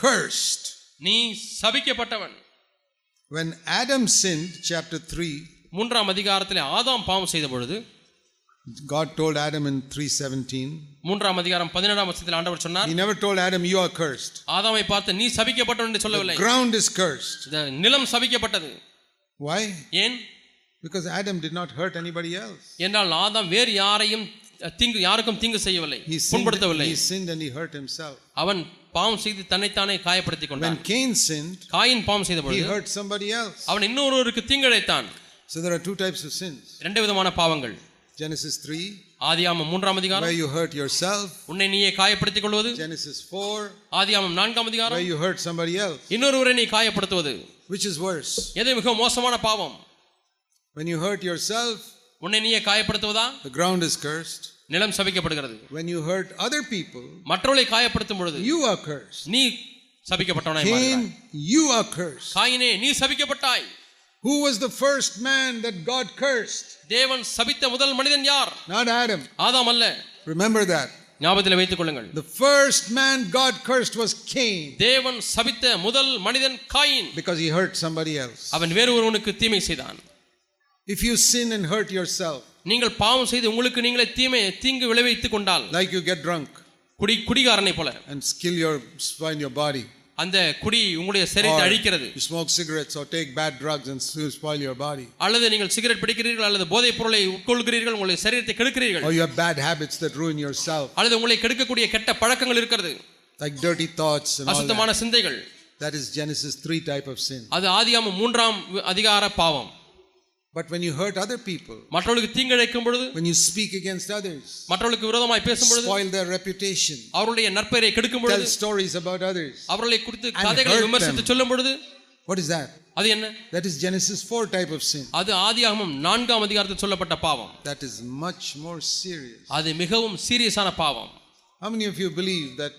[SPEAKER 1] cursed.
[SPEAKER 2] நீ சபிக்கப்பட்டவன்
[SPEAKER 1] When Adam sinned, chapter 3,
[SPEAKER 2] மூன்றாம் அதிகாரத்திலே ஆதாம் பாவம் செய்த பொழுது
[SPEAKER 1] God told Adam in 317,
[SPEAKER 2] மூன்றாம் அதிகாரம் பதினேழாம் வருஷத்தில் ஆண்டவர் சொன்னார்
[SPEAKER 1] He never told Adam, You are cursed.
[SPEAKER 2] ஆதாமை பார்த்து நீ சபிக்கப்பட்டவன் என்று சொல்லவில்லை
[SPEAKER 1] Ground is cursed.
[SPEAKER 2] இந்த நிலம் சபிக்கப்பட்டது
[SPEAKER 1] Why?
[SPEAKER 2] ஏன்
[SPEAKER 1] Because Adam did not hurt anybody else.
[SPEAKER 2] என்றால் ஆதாம் வேறு யாரையும் தீங்கு யாருக்கும் தீங்கு செய்யவில்லை
[SPEAKER 1] He sinned,
[SPEAKER 2] புண்படுத்தவில்லை
[SPEAKER 1] he sinned and he hurt himself.
[SPEAKER 2] அவன் பாவம் செய்து தன்னைத்தானே காயப்படுத்திக் கொண்டான்
[SPEAKER 1] When Cain sinned,
[SPEAKER 2] காயின் பாவம் செய்த
[SPEAKER 1] he
[SPEAKER 2] பொழுது
[SPEAKER 1] hurt somebody else.
[SPEAKER 2] அவன் இன்னொருவருக்கு தீங்கிழைத்தான்
[SPEAKER 1] So there are two types of sins
[SPEAKER 2] இரண்டு விதமான பாவங்கள்
[SPEAKER 1] Genesis 3,
[SPEAKER 2] ஆதியாமம் மூன்றாம்
[SPEAKER 1] where
[SPEAKER 2] அதிகாரம்
[SPEAKER 1] you hurt yourself,
[SPEAKER 2] உன்னை நீயே காயப்படுத்திக் கொள்வது
[SPEAKER 1] Genesis 4,
[SPEAKER 2] ஆதியாமம் நான்காம்
[SPEAKER 1] where
[SPEAKER 2] அதிகாரம்
[SPEAKER 1] you hurt somebody else.
[SPEAKER 2] இன்னொருவரை நீ காயப்படுத்துவது
[SPEAKER 1] Which is worse?
[SPEAKER 2] எது மிக மோசமான பாவம்
[SPEAKER 1] When you hurt yourself,
[SPEAKER 2] உன்னை நீயே காயப்படுத்துவதா
[SPEAKER 1] the ground is cursed.
[SPEAKER 2] நிலம் சபிக்கப்படுகிறது
[SPEAKER 1] When you hurt other people,
[SPEAKER 2] மற்றவர்களை காயப்படுத்தும் பொழுது
[SPEAKER 1] you are cursed.
[SPEAKER 2] நீ சபிக்கப்பட்டவனாய் மாறுகிறாய்.
[SPEAKER 1] Cain, you are cursed.
[SPEAKER 2] காயினே நீ சபிக்கப்பட்டாய்
[SPEAKER 1] Who was the first man that God cursed?
[SPEAKER 2] தேவன் சபித்த முதல் மனிதன் யார்
[SPEAKER 1] Not Adam.
[SPEAKER 2] ஆதாம் அல்ல
[SPEAKER 1] Remember that.
[SPEAKER 2] ஞாபகத்தில் வைத்துக் கொள்ளுங்கள்
[SPEAKER 1] The first man God cursed was Cain
[SPEAKER 2] தேவன் சபித்த முதல் மனிதன் Cain
[SPEAKER 1] because he hurt somebody else.
[SPEAKER 2] அவன் வேறு ஒருவனுக்கு தீமை செய்தான்
[SPEAKER 1] If you sin and hurt yourself,
[SPEAKER 2] நீங்கள் பாவம் செய்து உங்களுக்கு நீங்களே தீமை தீங்கு விளைவித்துக் கொண்டால்
[SPEAKER 1] like you get drunk
[SPEAKER 2] குடி குடிகாரனை போல
[SPEAKER 1] and kill your spine, your body,
[SPEAKER 2] அந்த குடி உங்களுடைய சரீரத்தை அழிக்கிறது
[SPEAKER 1] you smoke cigarettes or take bad drugs and s- spoil your body,
[SPEAKER 2] அல்லது நீங்கள் சிகரெட் பிடிக்கிறீர்கள் அல்லது போதைப் பொருளை உட்கொள்கிறீர்கள் உங்களுடைய சரீரத்தை கெடுக்கிறீர்கள்
[SPEAKER 1] or you have bad habits that ruin yourself,
[SPEAKER 2] அல்லது உங்களை கெடுக்கக்கூடிய கெட்ட பழக்கங்கள் இருக்கிறது
[SPEAKER 1] like dirty thoughts and all that.
[SPEAKER 2] அசுத்தமான சிந்தைகள்
[SPEAKER 1] That is Genesis 3 type of sin.
[SPEAKER 2] அது ஆதியாம மூன்றாம் அதிகார பாவம்
[SPEAKER 1] But when you hurt other people,
[SPEAKER 2] மற்றவர்களுக்கு தீங்கிழைக்கும் பொழுது
[SPEAKER 1] when you speak against others,
[SPEAKER 2] மற்றவர்களுக்கு விரோதமாய் பேசும் பொழுது
[SPEAKER 1] spoil their reputation,
[SPEAKER 2] அவருடைய நற்பெயரை கெடுக்கும்
[SPEAKER 1] tell
[SPEAKER 2] பொழுது
[SPEAKER 1] stories about others.
[SPEAKER 2] அவர்களை குறித்து
[SPEAKER 1] And
[SPEAKER 2] கதைகளை
[SPEAKER 1] hurt
[SPEAKER 2] விமர்சித்து
[SPEAKER 1] them.
[SPEAKER 2] சொல்லும் பொழுது
[SPEAKER 1] What is that?
[SPEAKER 2] அது என்ன
[SPEAKER 1] That is Genesis 4 type of sin.
[SPEAKER 2] அது ஆதியாகமம் நான்காம் அதிகாரத்தில் சொல்லப்பட்ட பாவம்
[SPEAKER 1] That is much more serious.
[SPEAKER 2] அது மிகவும் சீரியஸான பாவம்
[SPEAKER 1] How many of you believe that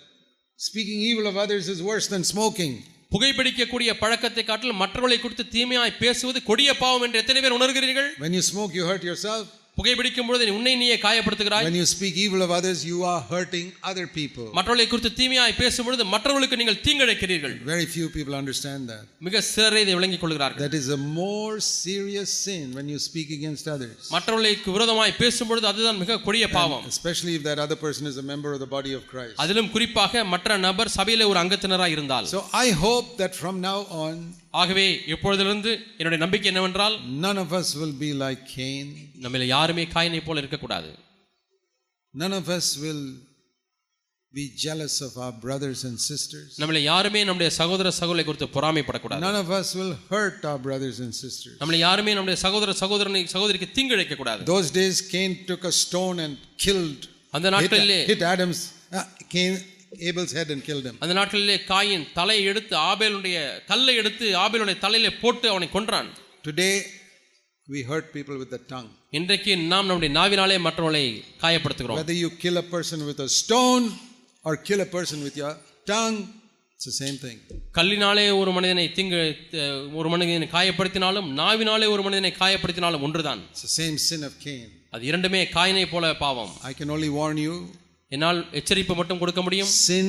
[SPEAKER 1] speaking evil of others is worse than smoking?
[SPEAKER 2] புகைப்பிடிக்கக்கூடிய பழக்கத்தை காட்டிலும் மற்றவர்களை குறித்து தீமையாய் பேசுவது கொடிய பாவம் என்று எத்தனை பேர் உணர்கிறீர்கள்
[SPEAKER 1] When you smoke, you hurt yourself.
[SPEAKER 2] புகைப்பிடிக்கும் பொழுது நீ உன்னை நீயே காயப்படுத்துகிறாய்
[SPEAKER 1] When you speak evil of others, you are hurting other people.
[SPEAKER 2] மற்றவர்களை குறித்து தீமையாய் பேசும் பொழுது மற்றவர்களுக்கு நீங்கள் தீங்கிழைக்கிறீர்கள்
[SPEAKER 1] Very few people understand that.
[SPEAKER 2] மிக சிறரை இதை விளங்கிக் கொள்கிறார்கள்
[SPEAKER 1] That is a more serious sin when you speak against others,
[SPEAKER 2] மற்றவர்களுக்கு விரோதமாய் பேசும் பொழுது அதுதான் மிக கொடிய பாவம்
[SPEAKER 1] especially if that other person is a member of the body of Christ.
[SPEAKER 2] அதிலும் குறிப்பாக மற்ற நபர் சபையில ஒரு அங்கத்தினராய் இருந்தால்
[SPEAKER 1] So I hope that from now on,
[SPEAKER 2] ஆகவே இப்பொழுதிலிருந்து என்னுடைய நம்பிக்கை என்னவென்றால்
[SPEAKER 1] none of us will be like Cain.
[SPEAKER 2] நம்மள யாருமே காயினை போல இருக்கக்கூடாது
[SPEAKER 1] None of us will be jealous of our brothers and sisters.
[SPEAKER 2] நம்மள யாருமே நம்முடைய சகோதர சகோதரை குறித்து பொறாமைப்படக்கூடாது
[SPEAKER 1] None of us will hurt our brothers and sisters.
[SPEAKER 2] நம்மள யாருமே நம்முடைய சகோதர சகோதரனை சகோதரிக்கு தீங்கிழைக்க கூடாது
[SPEAKER 1] Those days, Cain took a stone and killed,
[SPEAKER 2] அந்த
[SPEAKER 1] hit,
[SPEAKER 2] நாட்களிலே
[SPEAKER 1] hit Adam's, uh, Cain, Abel's head and killed him.
[SPEAKER 2] அந்த நாட்களிலே காயின் தலையை எடுத்து ஆபேலுடைய கல்லை எடுத்து ஆபேலுடைய தலையிலே போட்டு அவனை கொன்றான்
[SPEAKER 1] Today, we hurt people with the tongue.
[SPEAKER 2] இன்றைக்கு நாம் நம்முடைய நாவினாலே மற்றவர்களை காயப்படுத்துகிறோம்
[SPEAKER 1] Whether you kill a person with a stone or kill a person with your tongue, it's the same thing.
[SPEAKER 2] கல்லினாலே ஒரு மனிதனை தீங்கு அஹ், ஒரு மனிதனை காயப்படுத்தினாலும் நாவினாலே ஒரு மனிதனை காயப்படுத்தினாலும் ஒன்றுதான்
[SPEAKER 1] It's the same sin of Cain.
[SPEAKER 2] அது இரண்டுமே காயினை போல பாவம்
[SPEAKER 1] I can only warn you
[SPEAKER 2] என்னால் எச்சரிப்பு மட்டும் கொடுக்க முடியும்
[SPEAKER 1] sin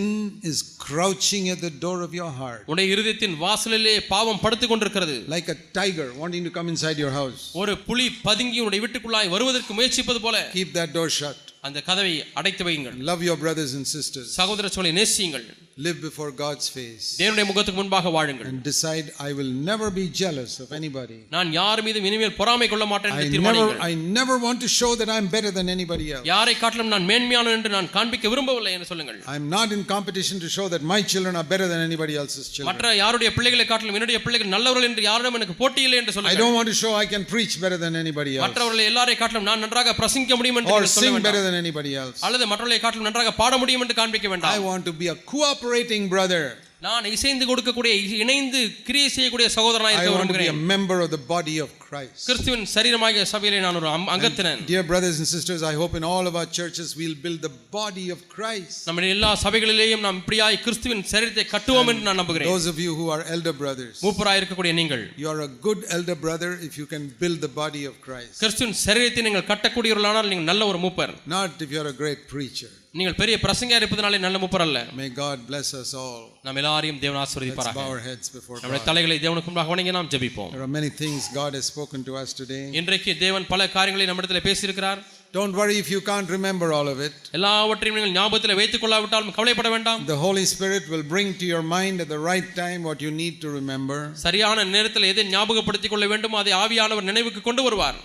[SPEAKER 1] is crouching at the door of your heart
[SPEAKER 2] உன்னுடைய இருதயத்தின் வாசலிலே பாவம் படுத்து கொண்டிருக்கிறது
[SPEAKER 1] like a tiger wanting to come inside your house.
[SPEAKER 2] ஒரு புலி பதுங்கி உன்னுடைய வீட்டுக்குள்ளாய் வருவதற்கு முயற்சிப்பது போல
[SPEAKER 1] Keep that door shut.
[SPEAKER 2] அந்த கதவை அடைத்து வையுங்கள்
[SPEAKER 1] Love your brothers and sisters.
[SPEAKER 2] சகோதர சோலை நேசியுங்கள்
[SPEAKER 1] Live before God's face
[SPEAKER 2] தேவனுடைய முகத்துக்கு முன்பாக வாழுங்கள்
[SPEAKER 1] and decide I will never be jealous of anybody.
[SPEAKER 2] நான் யார் மீதும் இனிமேல் பொறாமை கொள்ள மாட்டேன்
[SPEAKER 1] I
[SPEAKER 2] என்று
[SPEAKER 1] never,
[SPEAKER 2] தீர்மானிங்கள்
[SPEAKER 1] I never want to show that I'm better than anybody else.
[SPEAKER 2] யாரை காட்டிலும் நான் மேன்மையானவன் என்று நான் காண்பிக்க விரும்பவில்லை என்று சொல்லுங்கள்
[SPEAKER 1] I'm not in competition to show that my children are better than anybody else's children.
[SPEAKER 2] மற்ற யாருடைய பிள்ளைகளை காட்டிலும் என்னுடைய பிள்ளைகள் நல்லவர்கள் என்று யாரிடம் எனக்கு போட்டி இல்லை என்று
[SPEAKER 1] I
[SPEAKER 2] சொல்லுங்கள்
[SPEAKER 1] don't want to show I can preach better than anybody else
[SPEAKER 2] மற்றவர்களை எல்லாரை காட்டிலும் நான் நன்றாக பிரசங்கிக்க முடியும் என்று
[SPEAKER 1] or
[SPEAKER 2] நீங்கள் சொல்ல
[SPEAKER 1] sing
[SPEAKER 2] வேண்டாம்
[SPEAKER 1] better than anybody else.
[SPEAKER 2] அல்லது மற்றவர்களை காட்டிலும் நன்றாக பாட முடியும் என்று காண்பிக்க
[SPEAKER 1] I
[SPEAKER 2] வேண்டாம்
[SPEAKER 1] want to be a cooperating brother.
[SPEAKER 2] நான் இசைந்து கொடுக்கக்கூடிய இ- இணைந்து கிரியை செய்யக்கூடிய சகோதரனாக
[SPEAKER 1] I
[SPEAKER 2] இருக்க
[SPEAKER 1] want to be a
[SPEAKER 2] விரும்புகிறேன்
[SPEAKER 1] member of the body of Christ.
[SPEAKER 2] கிறிஸ்துவின் சரீரமாகிய சபையிலே நான் ஒரு அம்- அங்கத்தினன்
[SPEAKER 1] Dear brothers and sisters, I hope in all of our churches we'll build the body of Christ.
[SPEAKER 2] நம்முடைய எல்லா சபைகளிலேயும் நாம் இப்படியாய் கிறிஸ்துவின் சரீரத்தை கட்டுவோம் என்று நான் நம்புகிறேன்
[SPEAKER 1] Those of you who are elder brothers,
[SPEAKER 2] மூப்பராக இருக்கக்கூடிய நீங்கள்
[SPEAKER 1] you are a good elder brother if you can build the body of Christ.
[SPEAKER 2] கிறிஸ்துவின் சரீரத்தை நீங்கள் கட்டக்கூடியவர்களானால் நீங்கள் நல்ல ஒரு மூப்பர்
[SPEAKER 1] Not if you're a great preacher.
[SPEAKER 2] நீங்கள் பெரிய பிரசங்கா இருப்பதனாலே நல்ல மூப்பர் அல்ல
[SPEAKER 1] May God bless us all.
[SPEAKER 2] நாம் எல்லாரையும் தேவன்
[SPEAKER 1] Let's
[SPEAKER 2] ஆசீர்வதிப்பாராக
[SPEAKER 1] bow our heads before
[SPEAKER 2] நம்முடைய
[SPEAKER 1] God.
[SPEAKER 2] தலைகளை தேவனுக்கு முன்பாக வணங்கி நாம் ஜெபிப்போம்
[SPEAKER 1] There are many things God has spoken to us today.
[SPEAKER 2] இன்றைக்கு தேவன் பல காரியங்களை நம்மிடத்தில் பேசியிருக்கிறார்
[SPEAKER 1] Don't worry if you can't remember all of it.
[SPEAKER 2] எல்லாவற்றையும் நீங்கள் ஞாபகத்தில் வைத்துக் கொள்ளாவிட்டாலும் கவலைப்பட வேண்டாம்
[SPEAKER 1] The Holy Spirit will bring to your mind at the right time what you need to remember.
[SPEAKER 2] சரியான நேரத்தில் எதை ஞாபகப்படுத்திக் கொள்ள வேண்டுமோ அதை ஆவியானவர் நினைவுக்கு கொண்டு வருவார்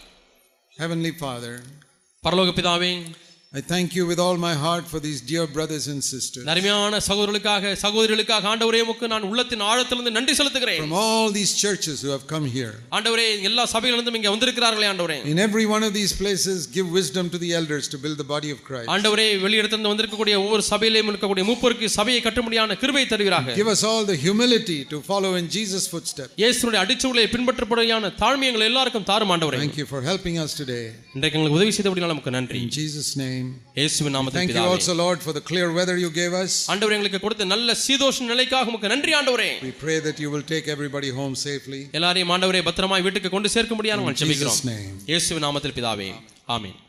[SPEAKER 1] Heavenly Father,
[SPEAKER 2] பரலோக பிதாவே
[SPEAKER 1] I thank you with all my heart for these dear brothers and sisters.
[SPEAKER 2] இந்த அருமையான சகோதரர்களுக்காக சகோதரிகளுக்காக ஆண்டவரே உமக்கு நான் உள்ளத்தின் ஆழத்திலிருந்து நன்றி செலுத்துகிறேன்
[SPEAKER 1] from all these churches who have come here.
[SPEAKER 2] ஆண்டவரே எல்லா சபைகளிலிருந்தும் இங்கே வந்திருக்கிறார்களே ஆண்டவரே
[SPEAKER 1] In every one of these places, give wisdom to the elders to build the body of Christ.
[SPEAKER 2] ஆண்டவரே வெளியிடத்திலிருந்து வந்திருக்கக்கூடிய ஒவ்வொரு சபையிலேயும் இருக்கக்கூடிய மூப்பருக்கு சபையை கட்டும்படியான கிருபை தருகிறாக
[SPEAKER 1] Give us all the humility to follow in Jesus' footsteps.
[SPEAKER 2] இயேசுடைய அடிச்சுகளை பின்பற்றப்படுகையான தாழ்மை எங்கள் எல்லாருக்கும் தாரும் ஆண்டவரே
[SPEAKER 1] Thank you for helping us today.
[SPEAKER 2] இன்றைக்கு எங்களுக்கு உதவி செய்தபடினால நமக்கு நன்றி
[SPEAKER 1] In Jesus' name.
[SPEAKER 2] இயேசுவின் நாமத்தில்
[SPEAKER 1] Thank you
[SPEAKER 2] பிதாவே.
[SPEAKER 1] also, Lord, for the clear weather you gave us.
[SPEAKER 2] ஆண்டவரே எங்களுக்கு கொடுத்த நல்ல சீதோஷ நிலைக்காக உமக்கு நன்றி ஆண்டவரே
[SPEAKER 1] We pray that you will take everybody home safely.
[SPEAKER 2] எல்லாரையும் ஆண்டவரே பத்திரமாய் வீட்டுக்கு கொண்டு சேர்க்க முடியாது
[SPEAKER 1] In Jesus' name.
[SPEAKER 2] இயேசுவின் நாமத்தில் பிதாவே ஆமென்